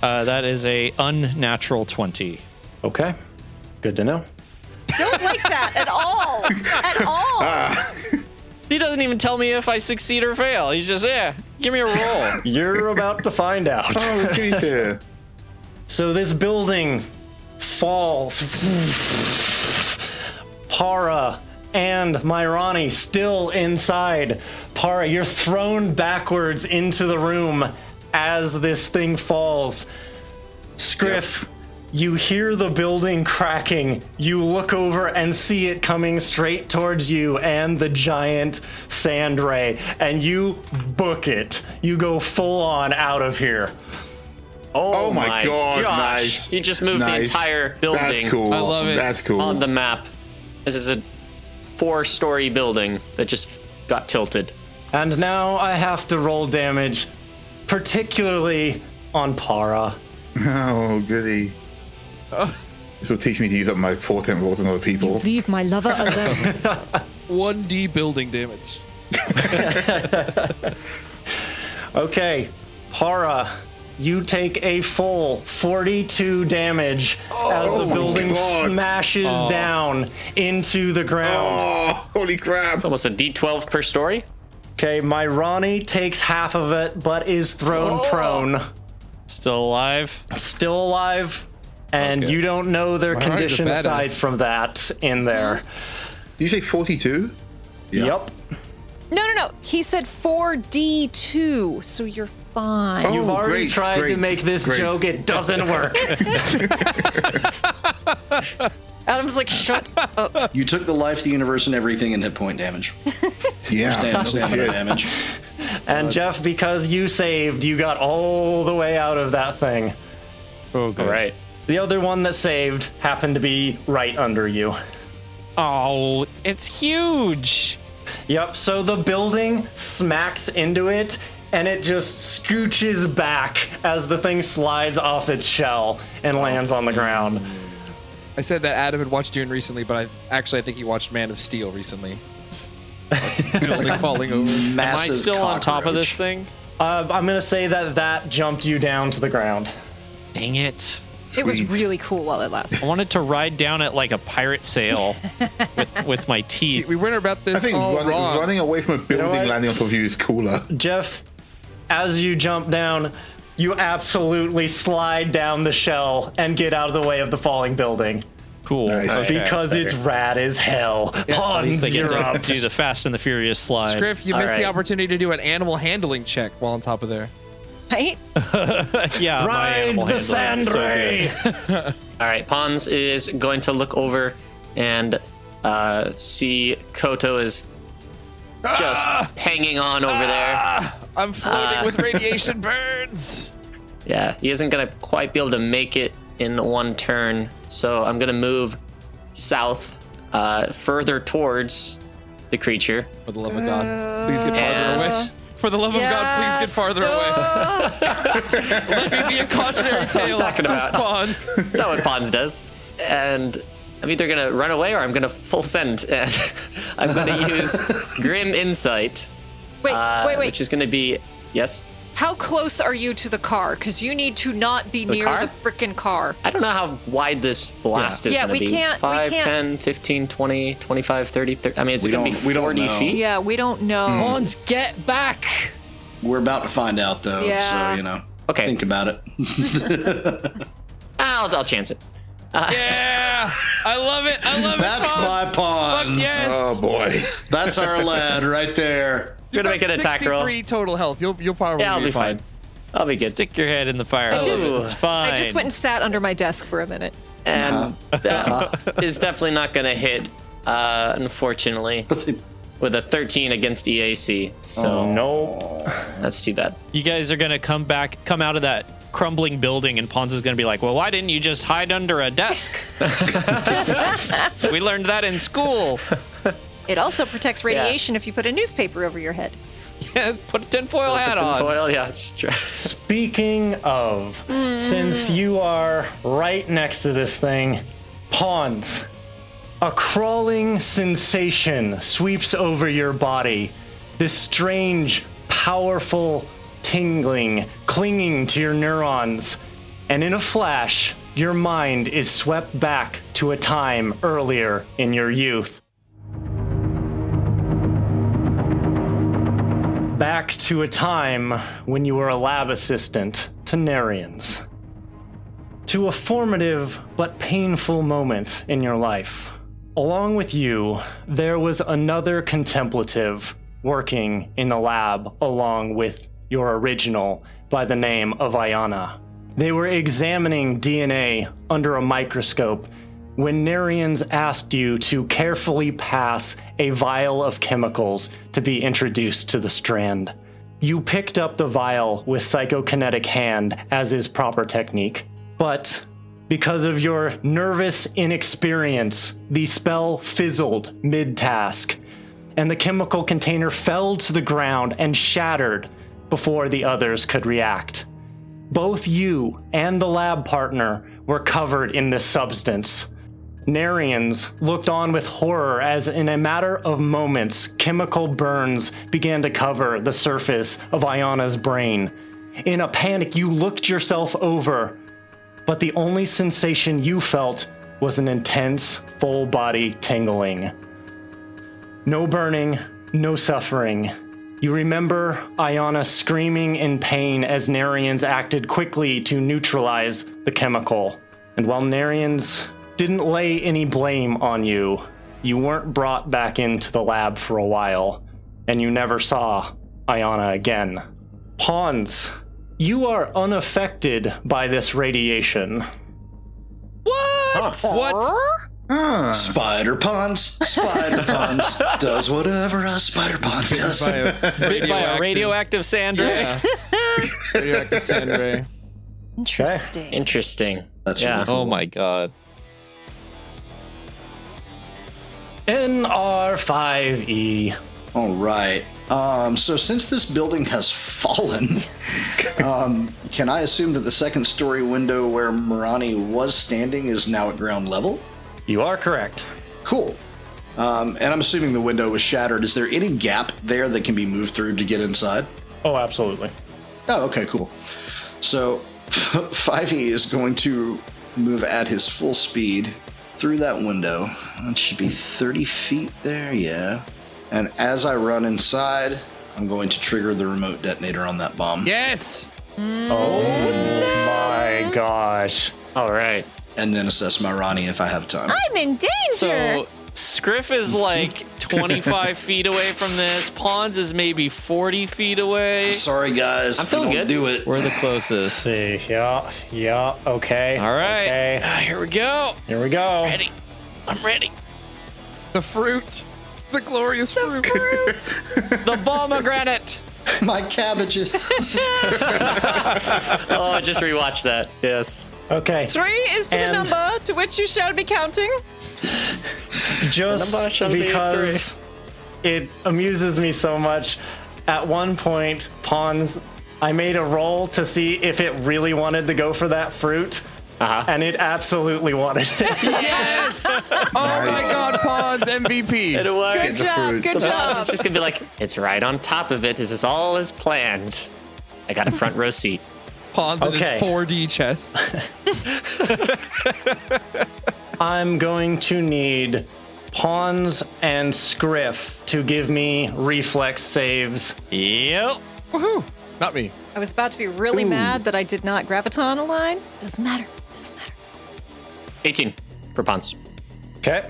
Uh, that is a unnatural 20.
okay, good to know.
Don't like that at all. At all.
He doesn't even tell me if I succeed or fail. He's just, yeah, give me a roll.
You're about to find out.
Oh, look at here.
So this building falls. Para and Myrani still inside. Para, you're thrown backwards into the room as this thing falls. Scriff, you hear the building cracking. You look over and see it coming straight towards you and the giant sand ray, and you book it. You go full on out of here.
Oh, my, god,
gosh.
nice.
You just moved the
Nice.
entire building
That's cool.
I love it.
That's cool.
on the map. This is a four story building that just got tilted.
And now I have to roll damage, particularly on Para.
Oh, goody. This will teach me to use up my portent rolls on other people.
Leave my lover alone.
1D building damage.
Okay, Para, you take a full 42 damage as the
Oh, my
building
God.
smashes down into the ground.
Oh, holy crap.
Almost a D12 per story?
Oh.
Okay, my Ronnie takes half of it, but is thrown
Oh.
prone.
Still alive.
Still alive, and
Okay.
you don't know their
Myrani's a
condition aside
badass.
from that in there.
Did you say 42?
Yep.
No, no, no. He said 4D2, so you're fine.
Oh,
You've already
great,
tried to
great,
make this
great.
joke, it doesn't work.
Adam's like, shut up.
You took the life, the universe, and everything in hit point damage.
Yeah.
And stamina damage.
And Jeff, because you saved, you got all the way out of that thing.
All right.
The other one that saved happened to be right under you.
Oh, it's huge.
Yep, so the building smacks into it and it just scooches back as the thing slides off its shell and lands on the ground.
I said that Adam had watched Dune recently, but I actually I think he watched Man of Steel recently. Building falling over.
Am I
Massive
still on top of this
cockroach.
thing?
Uh, I'm gonna say that that jumped you down to the ground.
Dang it.
It was
Sweet.
really cool while it lasted.
I wanted to ride down it like a pirate sail with, with my teeth.
We went about this
I think
all
running,
wrong.
running away from a building
what?
landing on top of you is cooler.
Jeff, as you jump down, you absolutely slide down the shell and get out of the way of the falling building.
Cool.
Nice.
Okay.
Because it's rad as hell. Pawns,
They get
you're
to
up.
do the Fast and the Furious slide.
Griff, you
All
missed
right.
the opportunity to do an animal handling check while on top of there.
Right?
Yeah, my
Ride
animal
the
handling
sand
is so good.
ray.
All right. Pons is going to look over and uh, see Koto is just
Ah!
hanging on over there.
I'm floating
Ah.
with radiation burns.
Yeah, he isn't going to quite be able to make it in one turn. So I'm going to move south, uh, further towards the creature.
For the love of God, please get
Uh,
farther away. For the love of God, please get farther away. Let me be a cautionary tale.
talking
to
about?
Pawns.
That's not what Pons does. And I'm either gonna run away or I'm gonna full send. And I'm gonna use Grim Insight,
Wait,
uh,
wait, wait.
which is gonna be yes.
How close are you to the car? Because you need to not be near
car?
the frickin' car.
I don't know how wide this blast is
Yeah,
gonna
we
be.
can't- we
5,
can't-
10, 15, 20, 25, 30, 30. I mean, is it
We
gonna be
don't- we don't
40
know.
feet?
Yeah, we don't know.
Pawns, get back.
We're about to find out, though.
Yeah.
So, you know,
Okay.
think about it.
I'll, I'll chance it.
Yeah, I love it. I love it.
That's my
Pawns.
pawns.
yes.
Oh boy.
That's our lad right there.
You're gonna make an attack roll.
Three total health. You'll you'll probably
Yeah, I'll be fine. I'll be good.
Stick your head in the fire.
I just-
it's fine.
I just went and sat under my desk for a minute.
and
Uh-huh.
that is definitely not going to hit, uh, unfortunately, with a 13 against EAC. So no, that's too bad.
You guys are gonna come back, come out of that crumbling building, and Pons is gonna be like, "Well, why didn't you just hide under a desk?" we learned that in school.
It also protects radiation if you put a newspaper over your head.
Yeah, put a tinfoil hat on.
Tinfoil, yeah, it's true.
Speaking of, since you are right next to this thing, pawns, a crawling sensation sweeps over your body. This strange, powerful tingling clinging to your neurons. And in a flash, your mind is swept back to a time earlier in your youth. back to a time when you were a lab assistant to Narians. To a formative but painful moment in your life. Along with you, there was another contemplative working in the lab along with your original by the name of Ayana. They were examining DNA under a microscope when Narians asked you to carefully pass a vial of chemicals to be introduced to the strand. You picked up the vial with psychokinetic hand, as is proper technique, but because of your nervous inexperience, the spell fizzled mid task, and the chemical container fell to the ground and shattered before the others could react. Both you and the lab partner were covered in this substance. Narians looked on with horror as, in a matter of moments, chemical burns began to cover the surface of Ayana's brain. In a panic, you looked yourself over, but the only sensation you felt was an intense, full body tingling. No burning, no suffering. You remember Ayana screaming in pain as Narians acted quickly to neutralize the chemical. And while Narians didn't lay any blame on you. You weren't brought back into the lab for a while, and you never saw Ayana again. Pawns, you are unaffected by this radiation.
What?
Ah,
Spider Pons, Spider Pons does whatever a Spider Pons does.
Bit by a radioactive sand ray.
radioactive sand ray.
Interesting.
Interesting.
That's
yeah.
really
Oh my god.
NR5E.
All right. Um, so since this building has fallen, um, can I assume that the second story window where Marani was standing is now at ground level?
You are correct.
Cool. Um, and I'm assuming the window was shattered. Is there any gap there that can be moved through to get inside?
Oh, absolutely.
Oh, okay, cool. So, 5e is going to move at his full speed through that window. It should be 30 feet there, yeah. And as I run inside, I'm going to trigger the remote detonator on that bomb.
Yes.
My gosh.
All right.
And then assess my Ronnie if I have time.
I'm in danger.
So Scriff is like 25 feet away from this. Pawns is maybe 40 feet away.
Sorry, guys.
I'm
if we
feeling
don't
good.
Do it.
We're the closest. All
See, yeah, yeah, okay.
right.
Okay,
Ah, Here we go.
here we go.
Ready. I'm ready.
The fruit. The glorious fruit.
The pomegranate.
My cabbages.
Oh, I just rewatched that. Yes.
Okay,
Three is to
And-
the number to which you shall be counting.
just
number shall be
because it amuses me so much. At one point, pawns, I made a roll to see if it really wanted to go for that fruit,
Uh-huh.
and it absolutely wanted it.
Yes. oh my god, Pawns MVP.
It'll work.
Good job.
fruit. Oh,
Good job.
Pawns is just gonna be like, it's right on top of it. This is all as planned. I got a front row seat.
Pawns in his
Okay.
4D chest.
I'm going to need pawns and scriff to give me reflex saves.
Yep.
Woohoo! Not me.
I was about to be really mad that I did not graviton a line. Doesn't matter. Doesn't matter.
18 for Pons.
Okay.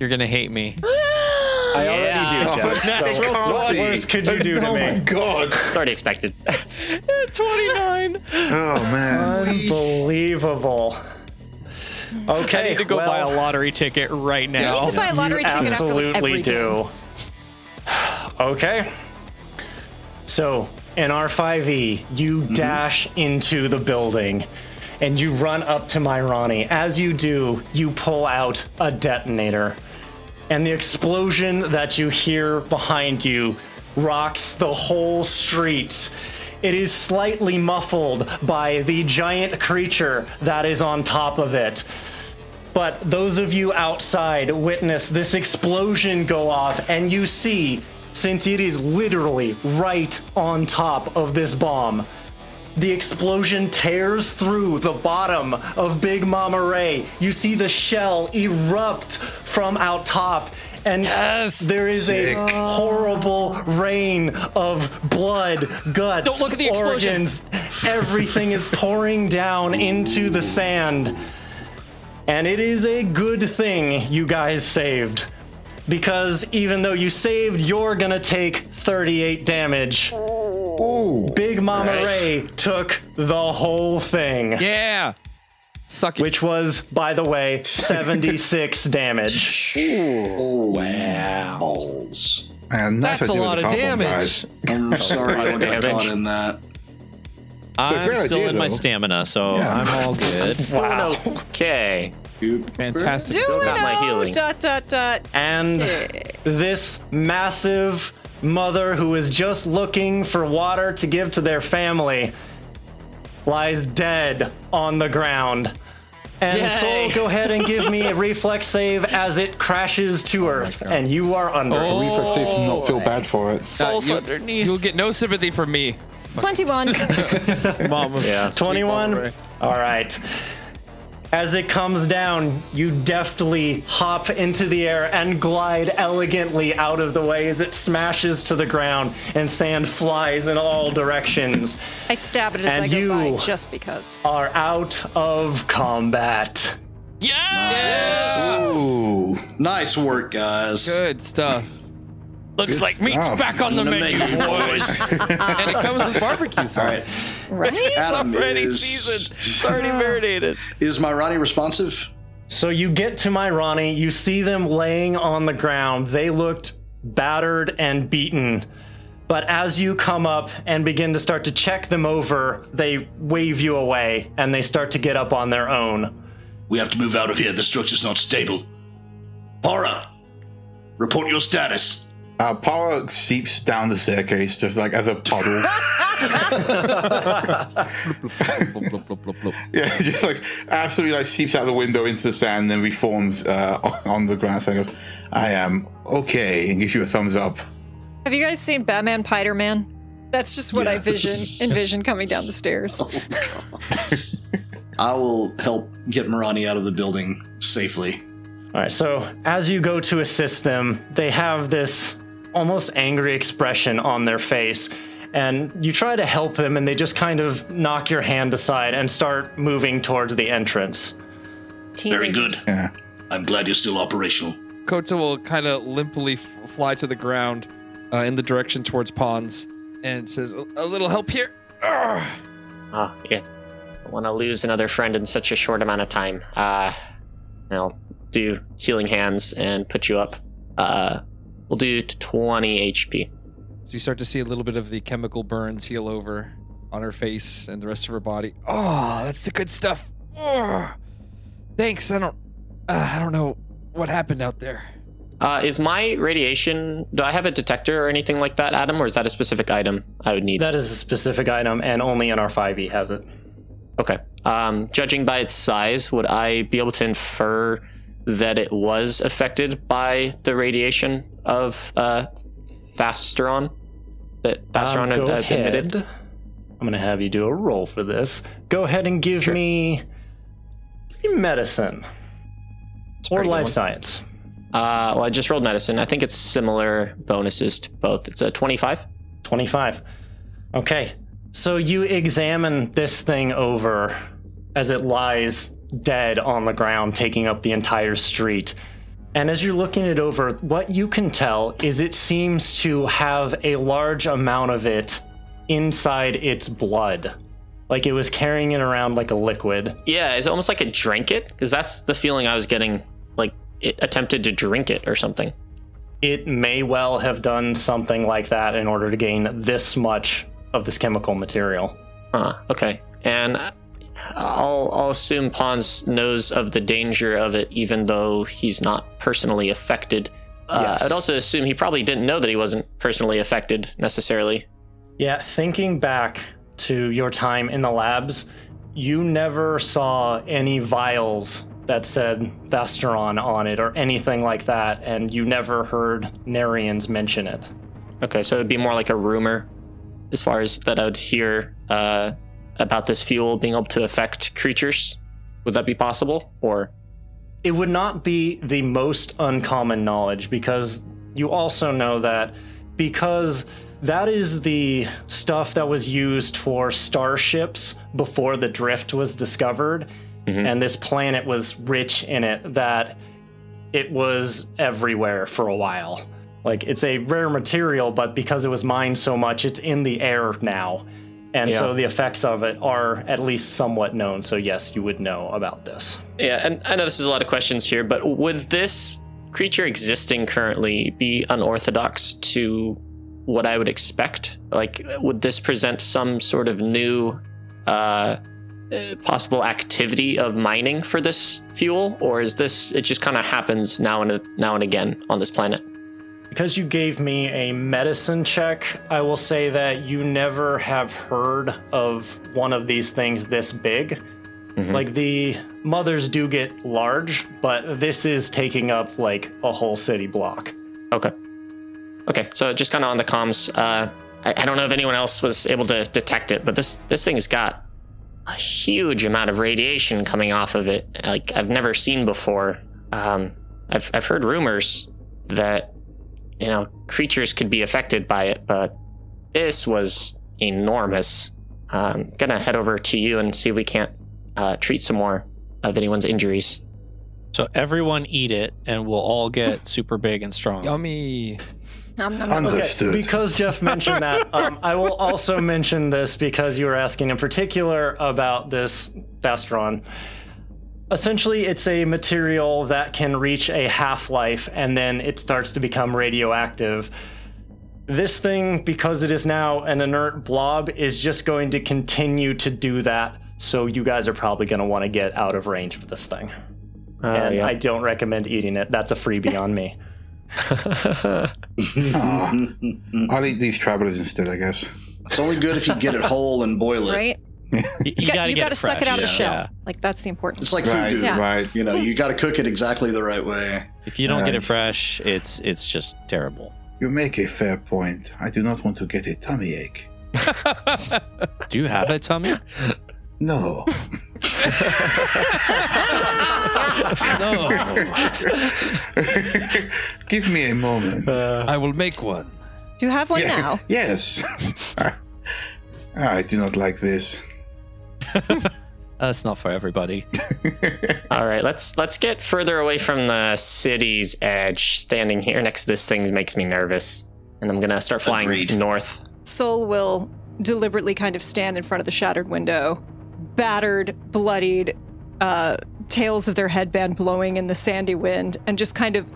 You're gonna hate me.
I
Yeah.
already do. Jeff, so what worse could you do to
oh my
me?
god!
It's already expected.
29.
Oh man!
Unbelievable. Okay.
I need to go
well,
buy a lottery ticket right
I
now.
need to buy a lottery ticket after like,
absolutely
every game.
do. okay. So in R5E, you dash into the building and you run up to my Ronnie. As you do, you pull out a detonator. And the explosion that you hear behind you rocks the whole street. It is slightly muffled by the giant creature that is on top of it. But those of you outside witness this explosion go off, and you see, since it is literally right on top of this bomb, the explosion tears through the bottom of Big Mama Ray. You see the shell erupt from out top, and there is a horrible rain of blood, guts,
Don't look at the explosion.
organs. Everything is pouring down into the sand. And it is a good thing you guys saved. Because even though you saved, you're gonna take 38 damage. Big Mama Ray took the whole thing,
Yeah.
Suck it.
which was, by the way, 76 damage.
Balls.
And
That's a
idea with
lot
the
of
carbon,
damage.
guys.
I'm sorry I got
Damage.
caught in that.
I'm
great
still
idea,
in my
though.
stamina, so
Yeah.
I'm all good.
Wow.
Okay.
Fantastic.
Do we
got my
know?
healing.
Dot dot dot.
And this massive mother who is just looking for water to give to their family lies dead on the ground. And Soul, go ahead and give me a reflex save as it crashes to Earth, and you are under.
Reflex safe to not feel bad for it.
Uh,
Souls
you-
underneath.
You'll get no sympathy from me,
Twenty-one.
Mom.
Yeah.
21 all right as it comes down you deftly hop into the air and glide elegantly out of the way as it smashes to the ground and sand flies in all directions
I stab it as
And
I go
you.
by, just because.
are out of combat
Ooh.
Nice work, guys.
Good stuff.
Looks like meat's
stuff.
back on the menu.
boys.
and it comes with barbecue sauce.
Right?
Adam
Already
is,
seasoned. It's already marinated.
is my Ronnie responsive?
So you get to my Ronnie, you see them laying on the ground. They looked battered and beaten. But as you come up and begin to start to check them over, they wave you away and they start to get up on their own.
We have to move out of here. The structure's not stable. Para, report your status.
Uh, power seeps down the staircase just like as a puddle. yeah, just like absolutely like seeps out the window into the sand, then reforms uh, on- on the ground. saying, "I am okay," and gives you a thumbs up.
Have you guys seen Batman Pider Man? That's just what I vision envision coming down the stairs.
I will help get Marani out of the building safely.
All right, so as you go to assist them, they have this almost angry expression on their face. And you try to help them, and they just kind of knock your hand aside and start moving towards the entrance.
Very good.
Teenagers.
Yeah.
I'm glad you're still operational.
Kota will kind of limply f- fly to the ground uh, in the direction towards Pons and says, "A, a little help here." Ugh.
Ah, yes. I want to lose another friend in such a short amount of time. Uh, I'll do healing hands and put you up. Uh, we'll do 20 HP.
So you start to see a little bit of the chemical burns heal over on her face and the rest of her body. Oh, that's the good stuff. Ugh. Thanks. I don't. Uh, I don't know what happened out there.
Uh, is my radiation? Do I have a detector or anything like that, Adam, or is that a specific item I would need?
That is a specific item, and only NR5e E has it.
okay. Um, judging by its size, would I be able to infer that it was affected by the radiation of uh, Fasteron? That Fasteron
Um,
had,
go
had emitted.
ahead. I'm gonna have you do a roll for this. Go ahead and give me give me medicine
It's a
or
pretty good
life
one.
science.
Uh, well, I just rolled medicine. I think it's similar bonuses to both. It's a 25.
25. Okay. So you examine this thing over as it lies dead on the ground, taking up the entire street. And as you're looking it over, what you can tell is it seems to have a large amount of it inside its blood. Like it was carrying it around like a liquid.
Yeah, it's almost like it drank it because that's the feeling I was getting. Like it attempted to drink it or something.
It may well have done something like that in order to gain this much of this chemical material.
Huh. Okay. And I'll, I'll assume Pons knows of the danger of it, even though he's not personally affected. I would also assume he probably didn't know that he wasn't personally affected necessarily.
Yeah, thinking back to your time in the labs, you never saw any vials that said Vasteron on it or anything like that, and you never heard Narians mention it.
Okay, so it'd be more like a rumor as far as that I would hear uh, about this fuel being able to affect creatures. Would that be possible? Or
it would not be the most uncommon knowledge because you also know that because that is the stuff that was used for starships before the drift was discovered and this planet was rich in it that it was everywhere for a while like it's a rare material but because it was mined so much it's in the air now and so the effects of it are at least somewhat known so yes you would know about this
yeah, and I know this is a lot of questions here, but would this creature existing currently be unorthodox to what I would expect? Like, would this present some sort of new uh, uh, possible activity of mining for this fuel, or is this it just kind of happens now and now and again on this planet?
Because you gave me a medicine check, I will say that you never have heard of one of these things this big. Like the mothers do get large, but this is taking up like a whole city block.
Okay. Okay, so just kind of on the comms. Uh, I, I don't know if anyone else was able to detect it, but this this thing's got a huge amount of radiation coming off of it, like I've never seen before. Um, I've I've heard rumors that you know creatures could be affected by it, but this was enormous. Um, gonna head over to you and see if we can't uh, treat some more of anyone's injuries.
So everyone eat it, and we'll all get super big and strong.
Yummy.
Nom, nom, nom.
Understood.
Because Jeff mentioned that, um, I will also mention this because you were asking in particular about this Bastron. Essentially, it's a material that can reach a half life and then it starts to become radioactive. This thing, because it is now an inert blob, is just going to continue to do that. So, you guys are probably going to want to get out of range of this thing. and I don't recommend eating it. That's a freebie on me.
Ah. I'll eat these travelers instead, I guess.
It's only good if you get it whole and boil it.
right?
You,
You, got,
gotta
you
get
got to suck it
fresh.
out of the shell.
Yeah.
Like that's the important.
It's like
Right,
food.
Yeah.
right.
You know, you got to cook it exactly the right way.
If you don't get it
Alright.
fresh, it's it's just terrible.
You make a fair point. I do not want to get a tummy ache.
Do you have a tummy?
No.
No,
Give me a moment.
Uh,
I will make one.
Do you have one
Yeah.
now?
Yes. I do not like this.
That's not for everybody.
All right, let's let's get further away from the city's edge. Standing here next to this thing makes me nervous, and I'm gonna start flying
Agreed.
north.
Soul will deliberately kind of stand in front of the shattered window, battered, bloodied, uh, tails of their headband blowing in the sandy wind, and just kind of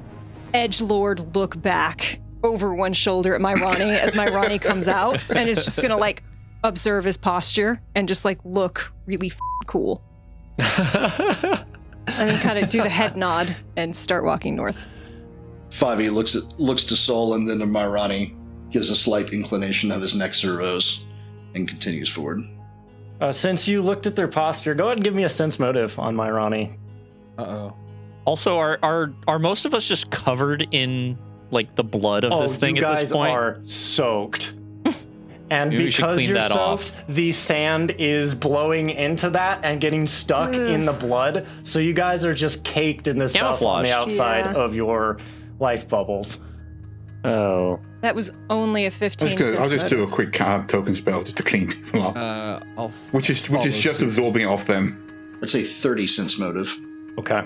edge lord look back over one shoulder at my Ronnie as my Ronnie comes out and is just gonna like observe his posture and just like look really f- cool. and then kind of do the head nod and start walking north.
Favi looks at looks to Sol and then to Myrani, gives a slight inclination of his neck servos, and continues forward.
Uh, since you looked at their posture, go ahead and give me a sense motive on my Ronnie.
Uh oh.
Also, are are are most of us just covered in like the blood of this thing
you
at
guys
this Oh, point?
are soaked. And
Maybe we should
because
clean
you're
that off.
soaked, the sand is blowing into that and getting stuck in the blood. So you guys are just caked in this stuff on the
Camouflaged.
outside
Yeah.
of your life bubbles.
Oh,
That was only a 15
That's good. I'll
sense
just
motive.
do a quick card token spell just to clean people up,
Uh, I'll
which is which is
follow
just
suit.
absorbing it off them.
That's a 30 cents motive.
Okay.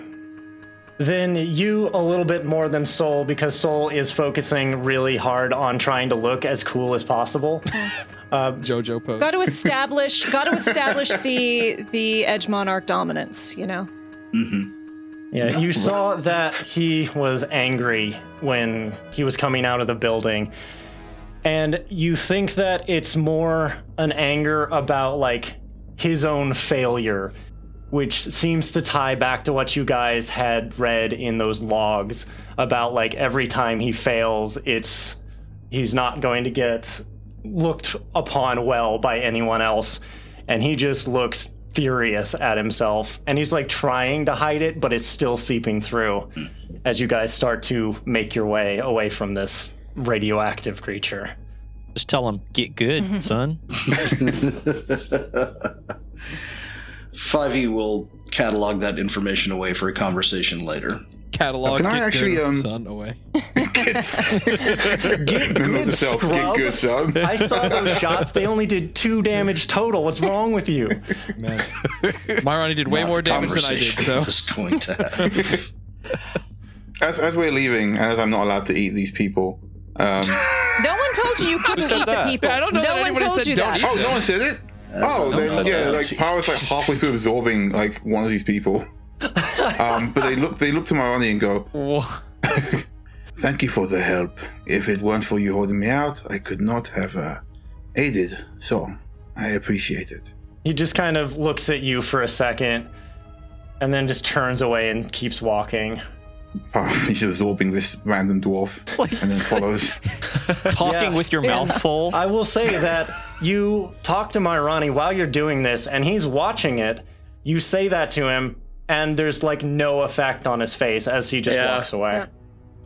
Then you a little bit more than Soul because Soul is focusing really hard on trying to look as cool as possible.
JoJo pose.
got to establish got to establish the the edge monarch dominance you know
Yeah, you saw that he was angry when he was coming out of the building. And you think that it's more an anger about like his own failure. which seems to tie back to what you guys had read in those logs about like every time he fails, it's he's not going to get looked upon well by anyone else. And he just looks furious at himself. And he's like trying to hide it, but it's still seeping through as you guys start to make your way away from this radioactive creature.
Just tell him, get
Mm-hmm.
good, son.
5e E will catalog that information away for a conversation later.
Catalog.
Can I
get
actually,
good,
um,
son away?
Remember
good,
yourself, get
scrub.
good, son.
I saw those shots. They only did two damage total. What's wrong with you?
Man. Myroni did way
Not
more
the
damage than I did.
conversation
So
was going to happen.
As, as we're leaving, and as I'm not allowed to eat these people. Um,
No one told you you couldn't
said
eat
that?
the people.
Yeah, I don't know
no
that
one
anyone
told
said
you
don't
that.
eat
oh, no one said it. oh, then,
not
yeah,
allowed to
like
eat.
Power's like halfway through absorbing like one of these people. Um, but they look, they look to Marani and go, Thank you for the help. If it weren't for you holding me out, I could not have uh, aided. So I appreciate it.
He just kind of looks at you for a second and then just turns away and keeps walking.
Power is absorbing this random dwarf and then follows.
Talking
Yeah.
with your mouth full.
I will say that you talk to Myrani while you're doing this and he's watching it. You say that to him and there's like no effect on his face as he just
Yeah.
walks away.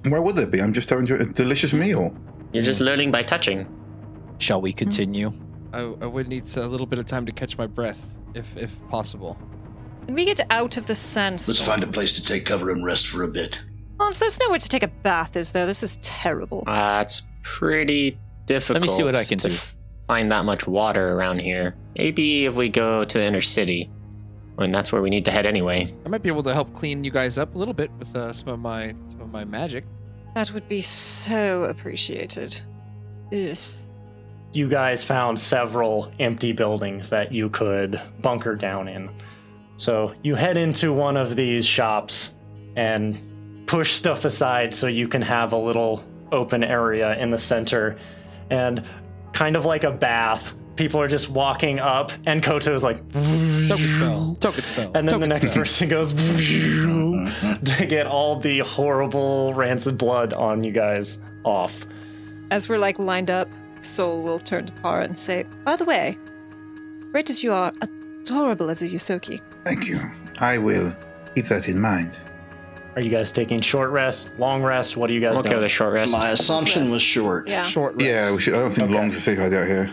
Why would there be? I'm just having a delicious meal.
You're just learning by touching.
Shall we continue?
I, I would need a little bit of time to catch my breath, if if possible.
When we get out of the sandstorm.
Let's find a place to take cover and rest for a bit.
Hans, there's nowhere to take a bath, is there? This is terrible.
Uh, it's pretty difficult.
see what I can
to
do.
Find that much water around here. Maybe if we go to the inner city, when that's where we need to head anyway.
I might be able to help clean you guys up a little bit with uh, some of my some of my magic.
That would be so appreciated. Ugh.
You guys found several empty buildings that you could bunker down in. So you head into one of these shops and push stuff aside so you can have a little open area in the center and kind of like a bath. People are just walking up, and Koto is like,
Token spell. Token spell.
and then the
token
next
spell.
person goes to get all the horrible rancid blood on you guys off.
As we're like lined up, Soul will turn to Para and say, By the way, great as you are, adorable as a Yusoki.
Thank you. I will keep that in mind.
Are you guys taking short rest, long rest? What are you guys
We'll go
doing?
with a short rest.
My assumption was short.
Yeah.
Short rest.
Yeah, we should, I don't think long's a safe idea out here.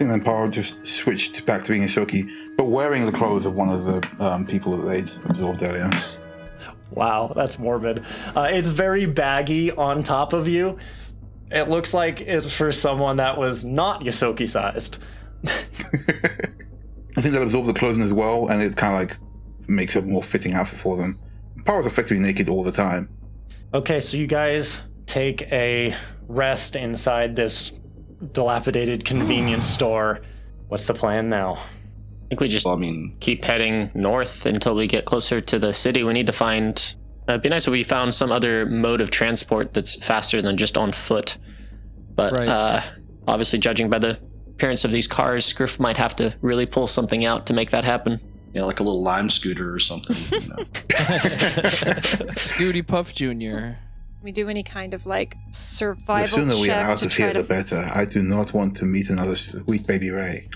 And then Power just switched back to being a shoki, but wearing the clothes of one of the um, people that they'd absorbed earlier.
Wow, that's morbid. Uh, it's very baggy on top of you. It looks like it's for someone that was not Yosoki sized.
I think they'll absorb the clothing as well, and it kind of like makes a more fitting outfit for them. Power's effectively naked all the time.
Okay, so you guys take a rest inside this dilapidated convenience store. What's the plan now?
I think we just
Well, I mean,
keep heading north until we get closer to the city. We need to find. Uh, it'd be nice if we found some other mode of transport that's faster than just on foot. But
Right.
uh, obviously, judging by the appearance of these cars, Griff might have to really pull something out to make that happen.
yeah, like a little lime scooter or something. You know.
Scooty Puff Junior.
We do any kind of like
The
survival
sooner
check
we are out
to
of
try
here,
to
the better. I do not want to meet another sweet baby Ray.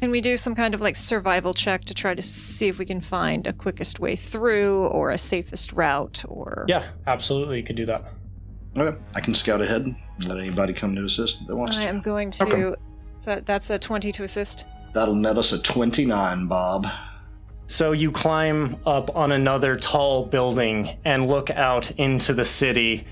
Can we do some kind of like survival check to try to see if we can find a quickest way through or a safest route or
Yeah, absolutely, you could do that.
okay, I can scout ahead. Let anybody come to assist that wants
I
to.
am going to so that's a 20 to assist.
That'll net us a 29, Bob.
So you climb up on another tall building and look out into the city.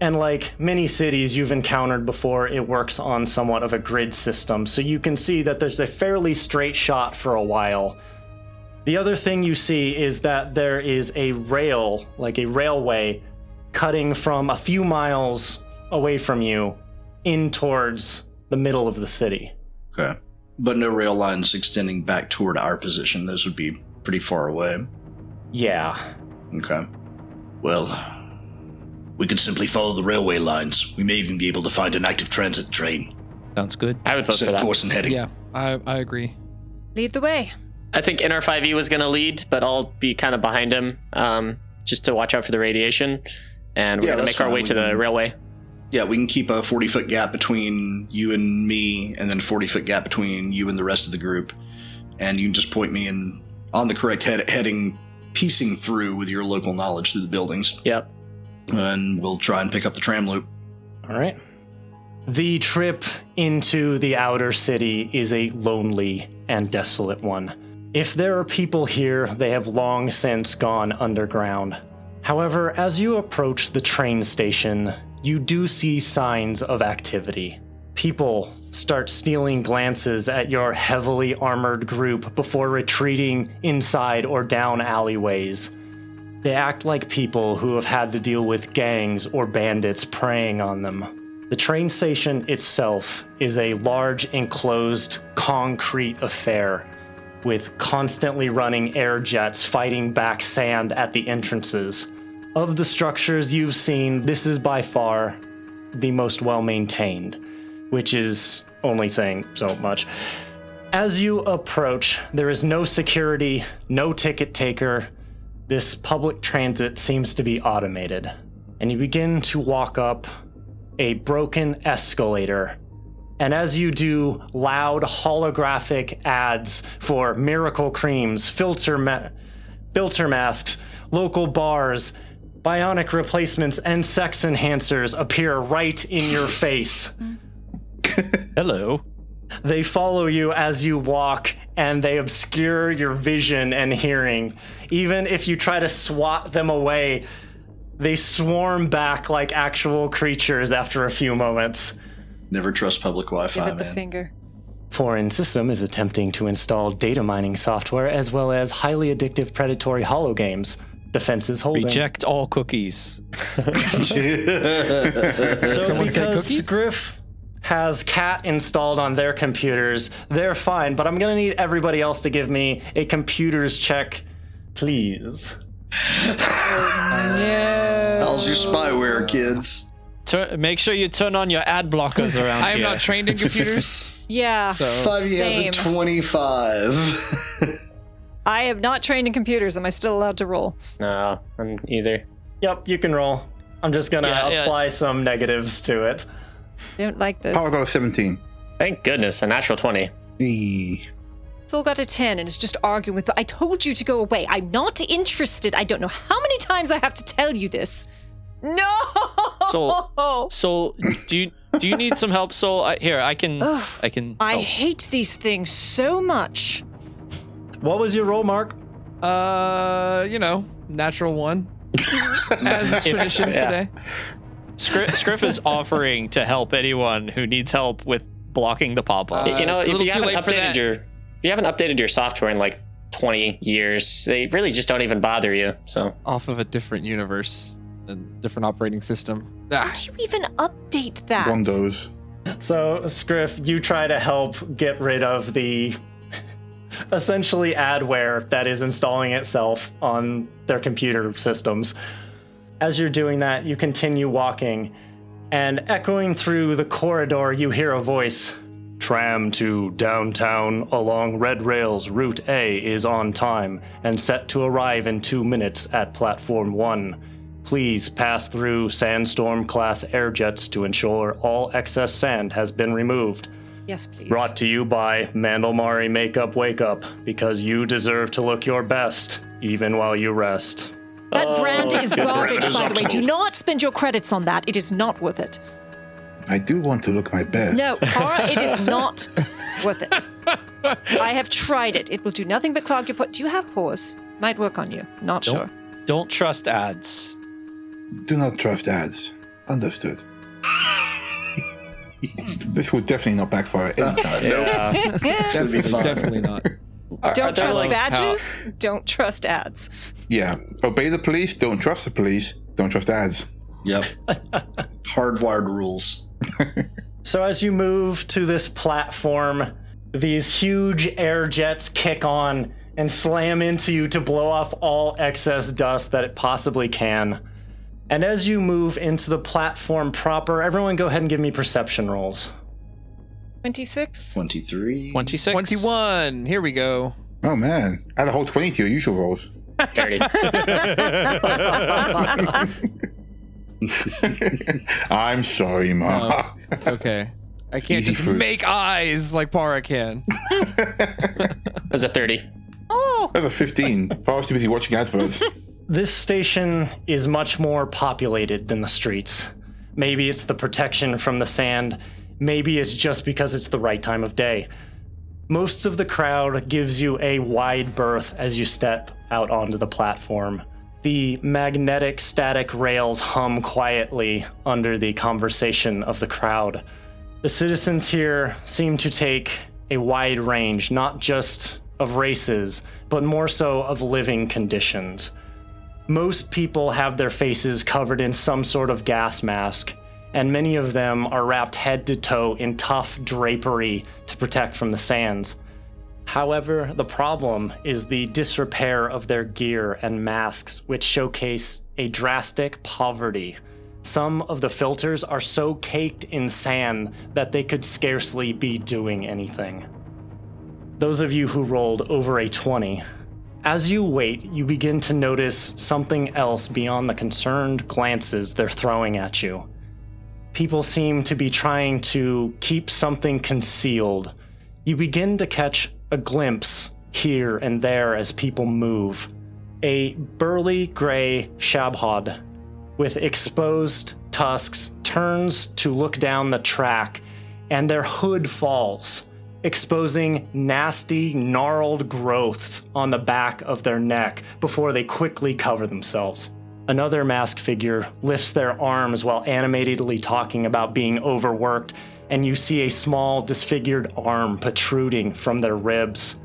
And like many cities you've encountered before, it works on somewhat of a grid system. So you can see that there's a fairly straight shot for a while. The other thing you see is that there is a rail, like a railway, cutting from a few miles away from you in towards the middle of the city.
Okay. But no rail lines extending back toward our position. Those would be pretty far away.
Yeah.
Okay.
Well, we could simply follow the railway lines. We may even be able to find an active transit train.
Sounds good.
I would vote for
Set
that.
course and heading.
Yeah, I I agree.
Lead the way.
I think NR5E E was going to lead, but I'll be kind of behind him um, just to watch out for the radiation. And we're
Yeah,
going to
that's
make our
fine.
way
We
to the
can-
railway.
Yeah, we can keep a 40 foot gap between you and me, and then 40 foot gap between you and the rest of the group. And you can just point me in on the correct head- heading, piecing through with your local knowledge through the buildings.
Yep.
And we'll try and pick up the tram loop.
All right. The trip into the outer city is a lonely and desolate one. If there are people here, they have long since gone underground. However, as you approach the train station, you do see signs of activity. People start stealing glances at your heavily armored group before retreating inside or down alleyways. They act like people who have had to deal with gangs or bandits preying on them. The train station itself is a large, enclosed, concrete affair, with constantly running air jets fighting back sand at the entrances. Of the structures you've seen, this is by far the most well maintained, which is only saying so much. As you approach, there is no security, no ticket taker. This public transit seems to be automated. And you begin to walk up a broken escalator. And as you do, loud holographic ads for miracle creams, filter, ma- filter masks, local bars, bionic replacements, and sex enhancers appear right in your face.
Hello.
They follow you as you walk and they obscure your vision and hearing. Even if you try to swat them away, they swarm back like actual creatures after a few moments.
Never trust public Wi
Give
Fi,
it the
man.
finger.
Foreign System is attempting to install data mining software as well as highly addictive predatory holo games. Defenses holding.
Reject all cookies.
So
someone say
because
cookies?
Griff has cat installed on their computers, they're fine, but I'm going to need everybody else to give me a computers check, please.
How's your spyware, kids?
Tur- make sure you turn on your ad blockers around
I am
here.
not trained in computers.
Yeah.
Five E has a
Same.
25.
I am not trained in computers. Am I still allowed to roll?
No, I'm either.
Yep, you can roll. I'm just going to
Yeah, yeah.
apply some negatives to it.
I don't like this.
Power got a 17.
Thank goodness, a natural 20.
Eee.
It's all got a 10 and it's just arguing with. I told you to go away. I'm not interested. I don't know how many times I have to tell you this. No!
Soul, do you do you need some help, Soul? I, here, I can I can. oh.
I
help.
hate these things so much.
What was your roll, Mark?
Uh, you know, natural one. As is tradition
yeah.
today.
Scri- Scriff is offering to help anyone who needs help with blocking the pop-up.
Uh,
you know,
it's
if
a little
you
too
haven't
late for
updated
that.
your if you haven't updated your software in like 20 years, they really just don't even bother you. So
Off of a different universe, a different operating system. Ah,
Did you even update that?
One dose.
So, Scriff, you try to help get rid of the essentially adware that is installing itself on their computer systems. As you're doing that, you continue walking, and echoing through the corridor, you hear a voice Tram to downtown along Red Rail's Route A is on time and set to arrive in two minutes at Platform 1. Please pass through Sandstorm class air jets to ensure all excess sand has been removed.
Yes, please.
Brought to you by Mandalmari Makeup Wake Up, because you deserve to look your best, even while you rest.
That brand is garbage,
Brand is
by the way. Do
optimal.
not spend your credits on that. It is not worth it.
I do want to look my best.
No, Kara, it is not worth it. I have tried it. It will do nothing but clog your put. Do you have pause? Might work on you. Not
Don't-
sure.
Don't trust ads.
Do not trust ads. Understood. this will definitely not backfire any
Uh,
time.
yeah.
It's going to be fun.
definitely not.
Don't
there,
trust
like,
badges. Don't trust ads.
Yeah. Obey the police, don't trust the police, don't trust ads.
Yep. Hardwired rules.
So as you move to this platform, these huge air jets kick on and slam into you to blow off all excess dust that it possibly can. And as you move into the platform proper, everyone go ahead and give me perception rolls.
26.
23.
26.
21. Here we go.
Oh man, add a whole twenty to your usual rolls.
30.
I'm sorry, Ma.
It's okay. I can't
Easy
just
fruit.
make eyes like Para can.
That's a 30.
Oh,
Another fifteen. Paul's too busy watching adverts.
This station is much more populated than the streets. Maybe it's the protection from the sand. Maybe it's just because it's the right time of day. Most of the crowd gives you a wide berth as you step out onto the platform. The magnetic static rails hum quietly under the conversation of the crowd. The citizens here seem to take a wide range, not just of races, but more so of living conditions. Most people have their faces covered in some sort of gas mask, and many of them are wrapped head to toe in tough drapery to protect from the sands. However, the problem is the disrepair of their gear and masks, which showcase a drastic poverty. Some of the filters are so caked in sand that they could scarcely be doing anything. Those of you who rolled over a 20 as you wait, you begin to notice something else beyond the concerned glances they're throwing at you. People seem to be trying to keep something concealed. You begin to catch a glimpse here and there as people move. A burly gray shabhod with exposed tusks turns to look down the track, and their hood falls, exposing nasty, gnarled growths on the back of their neck before they quickly cover themselves. Another masked figure lifts their arms while animatedly talking about being overworked, and you see a small, disfigured arm protruding from their ribs.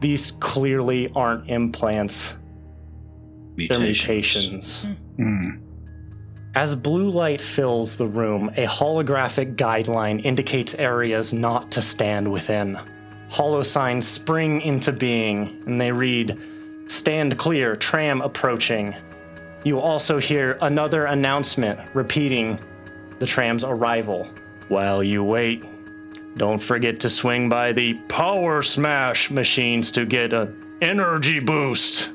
These clearly aren't implants, they're mutations. As blue light fills the room, a holographic guideline indicates areas not to stand within. Hollow signs spring into being, and they read Stand clear, tram approaching. You also hear another announcement repeating the tram's arrival. While you wait, don't forget to swing by the Power Smash machines to get an energy boost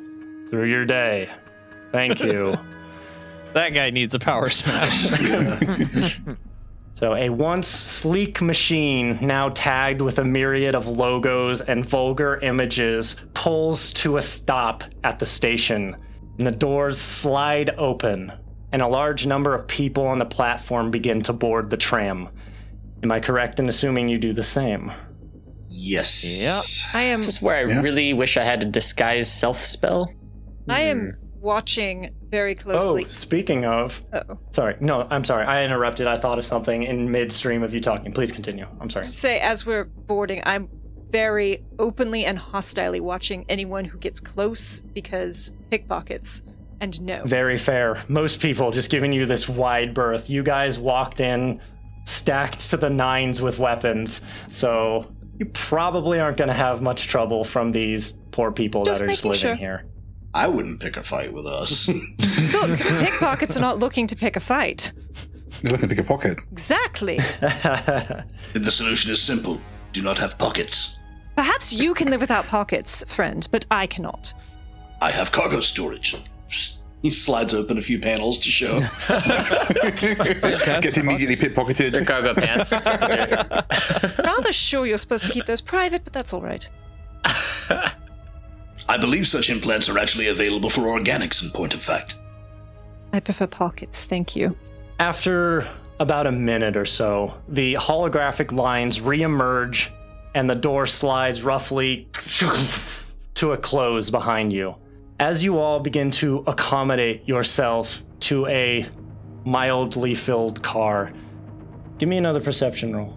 through your day. Thank you.
That guy needs a power smash.
So, a once sleek machine, now tagged with a myriad of logos and vulgar images, pulls to a stop at the station. And the doors slide open, and a large number of people on the platform begin to board the tram. Am I correct in assuming you do the same?
Yes.
I am
This is where I really wish I had a disguise self spell.
I am watching very
Oh,
closely.
speaking of.
Oh.
Sorry. No, I'm sorry. I interrupted. I thought of something in midstream of you talking. Please continue. I'm sorry.
To say as we're boarding, I'm very openly and hostilely watching anyone who gets close because pickpockets. And no.
Very fair. Most people just giving you this wide berth. You guys walked in stacked to the nines with weapons, so you probably aren't going to have much trouble from these poor people
Just
that are just
making
living
sure.
here.
I wouldn't pick a fight with us.
Look, pickpockets are not looking to pick a fight.
They're looking to pick a pocket.
Exactly.
The solution is simple do not have pockets.
Perhaps you can live without pockets, friend, but I cannot.
I have cargo storage.
he slides open a few panels to show.
Gets immediately
Their
pickpocketed.
cargo pants.
Rather sure you're supposed to keep those private, but that's all right.
I believe such implants are actually available for organics, in point of fact.
I prefer pockets, thank you.
After about a minute or so, the holographic lines reemerge and the door slides roughly to a close behind you. As you all begin to accommodate yourself to a mildly filled car, give me another perception roll.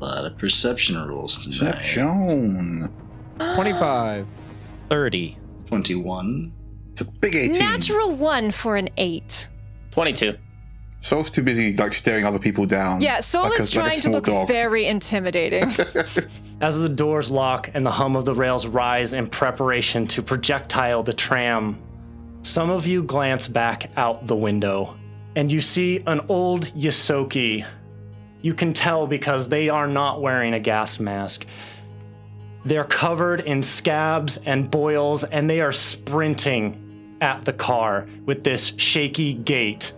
A lot of perception rules tonight.
Perception.
25.
30.
21.
It's a big eighteen.
Natural one for an eight.
22.
Soul's too busy like staring other people down.
Yeah, Sol
like a-
is
like a
trying to
small
look
dog.
very intimidating.
As the doors lock and the hum of the rails rise in preparation to projectile the tram, some of you glance back out the window and you see an old Yosoki You can tell because they are not wearing a gas mask. They're covered in scabs and boils, and they are sprinting at the car with this shaky gait.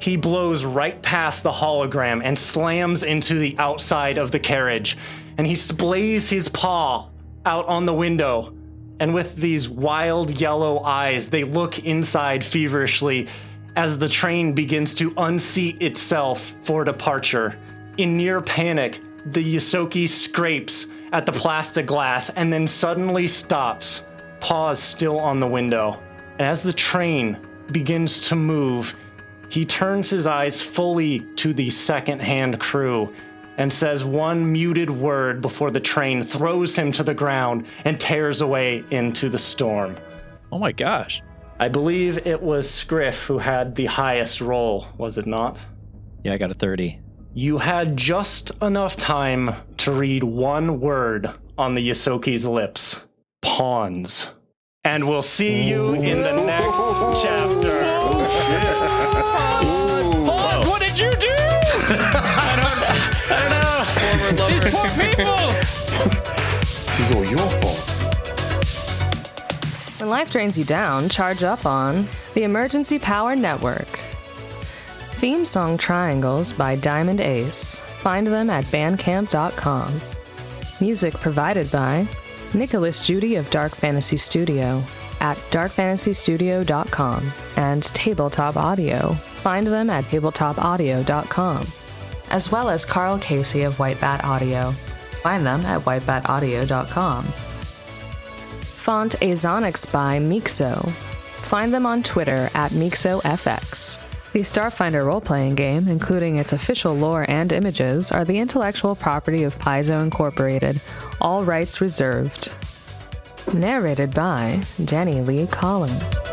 He blows right past the hologram and slams into the outside of the carriage, and he splays his paw out on the window. And with these wild yellow eyes, they look inside feverishly as the train begins to unseat itself for departure. In near panic, the Yosoki scrapes at the plastic glass and then suddenly stops, paws still on the window. And as the train begins to move, he turns his eyes fully to the second hand crew and says one muted word before the train throws him to the ground and tears away into the storm.
Oh my gosh.
I believe it was Scriff who had the highest roll, was it not?
Yeah, I got a 30.
You had just enough time to read one word on the Yosoki's lips pawns. And we'll see you in the next chapter.
Fonz, what did you do? I don't, I don't know. These poor people.
This is all your fault.
When life drains you down, charge up on the Emergency Power Network. Theme song Triangles by Diamond Ace. Find them at bandcamp.com. Music provided by Nicholas Judy of Dark Fantasy Studio at darkfantasystudio.com and Tabletop Audio. Find them at tabletopaudio.com. As well as Carl Casey of White Bat Audio. Find them at whitebataudio.com font Azonix by Mixo. Find them on Twitter at MixoFX. The Starfinder role playing game, including its official lore and images, are the intellectual property of Paizo Incorporated, all rights reserved. Narrated by Danny Lee Collins.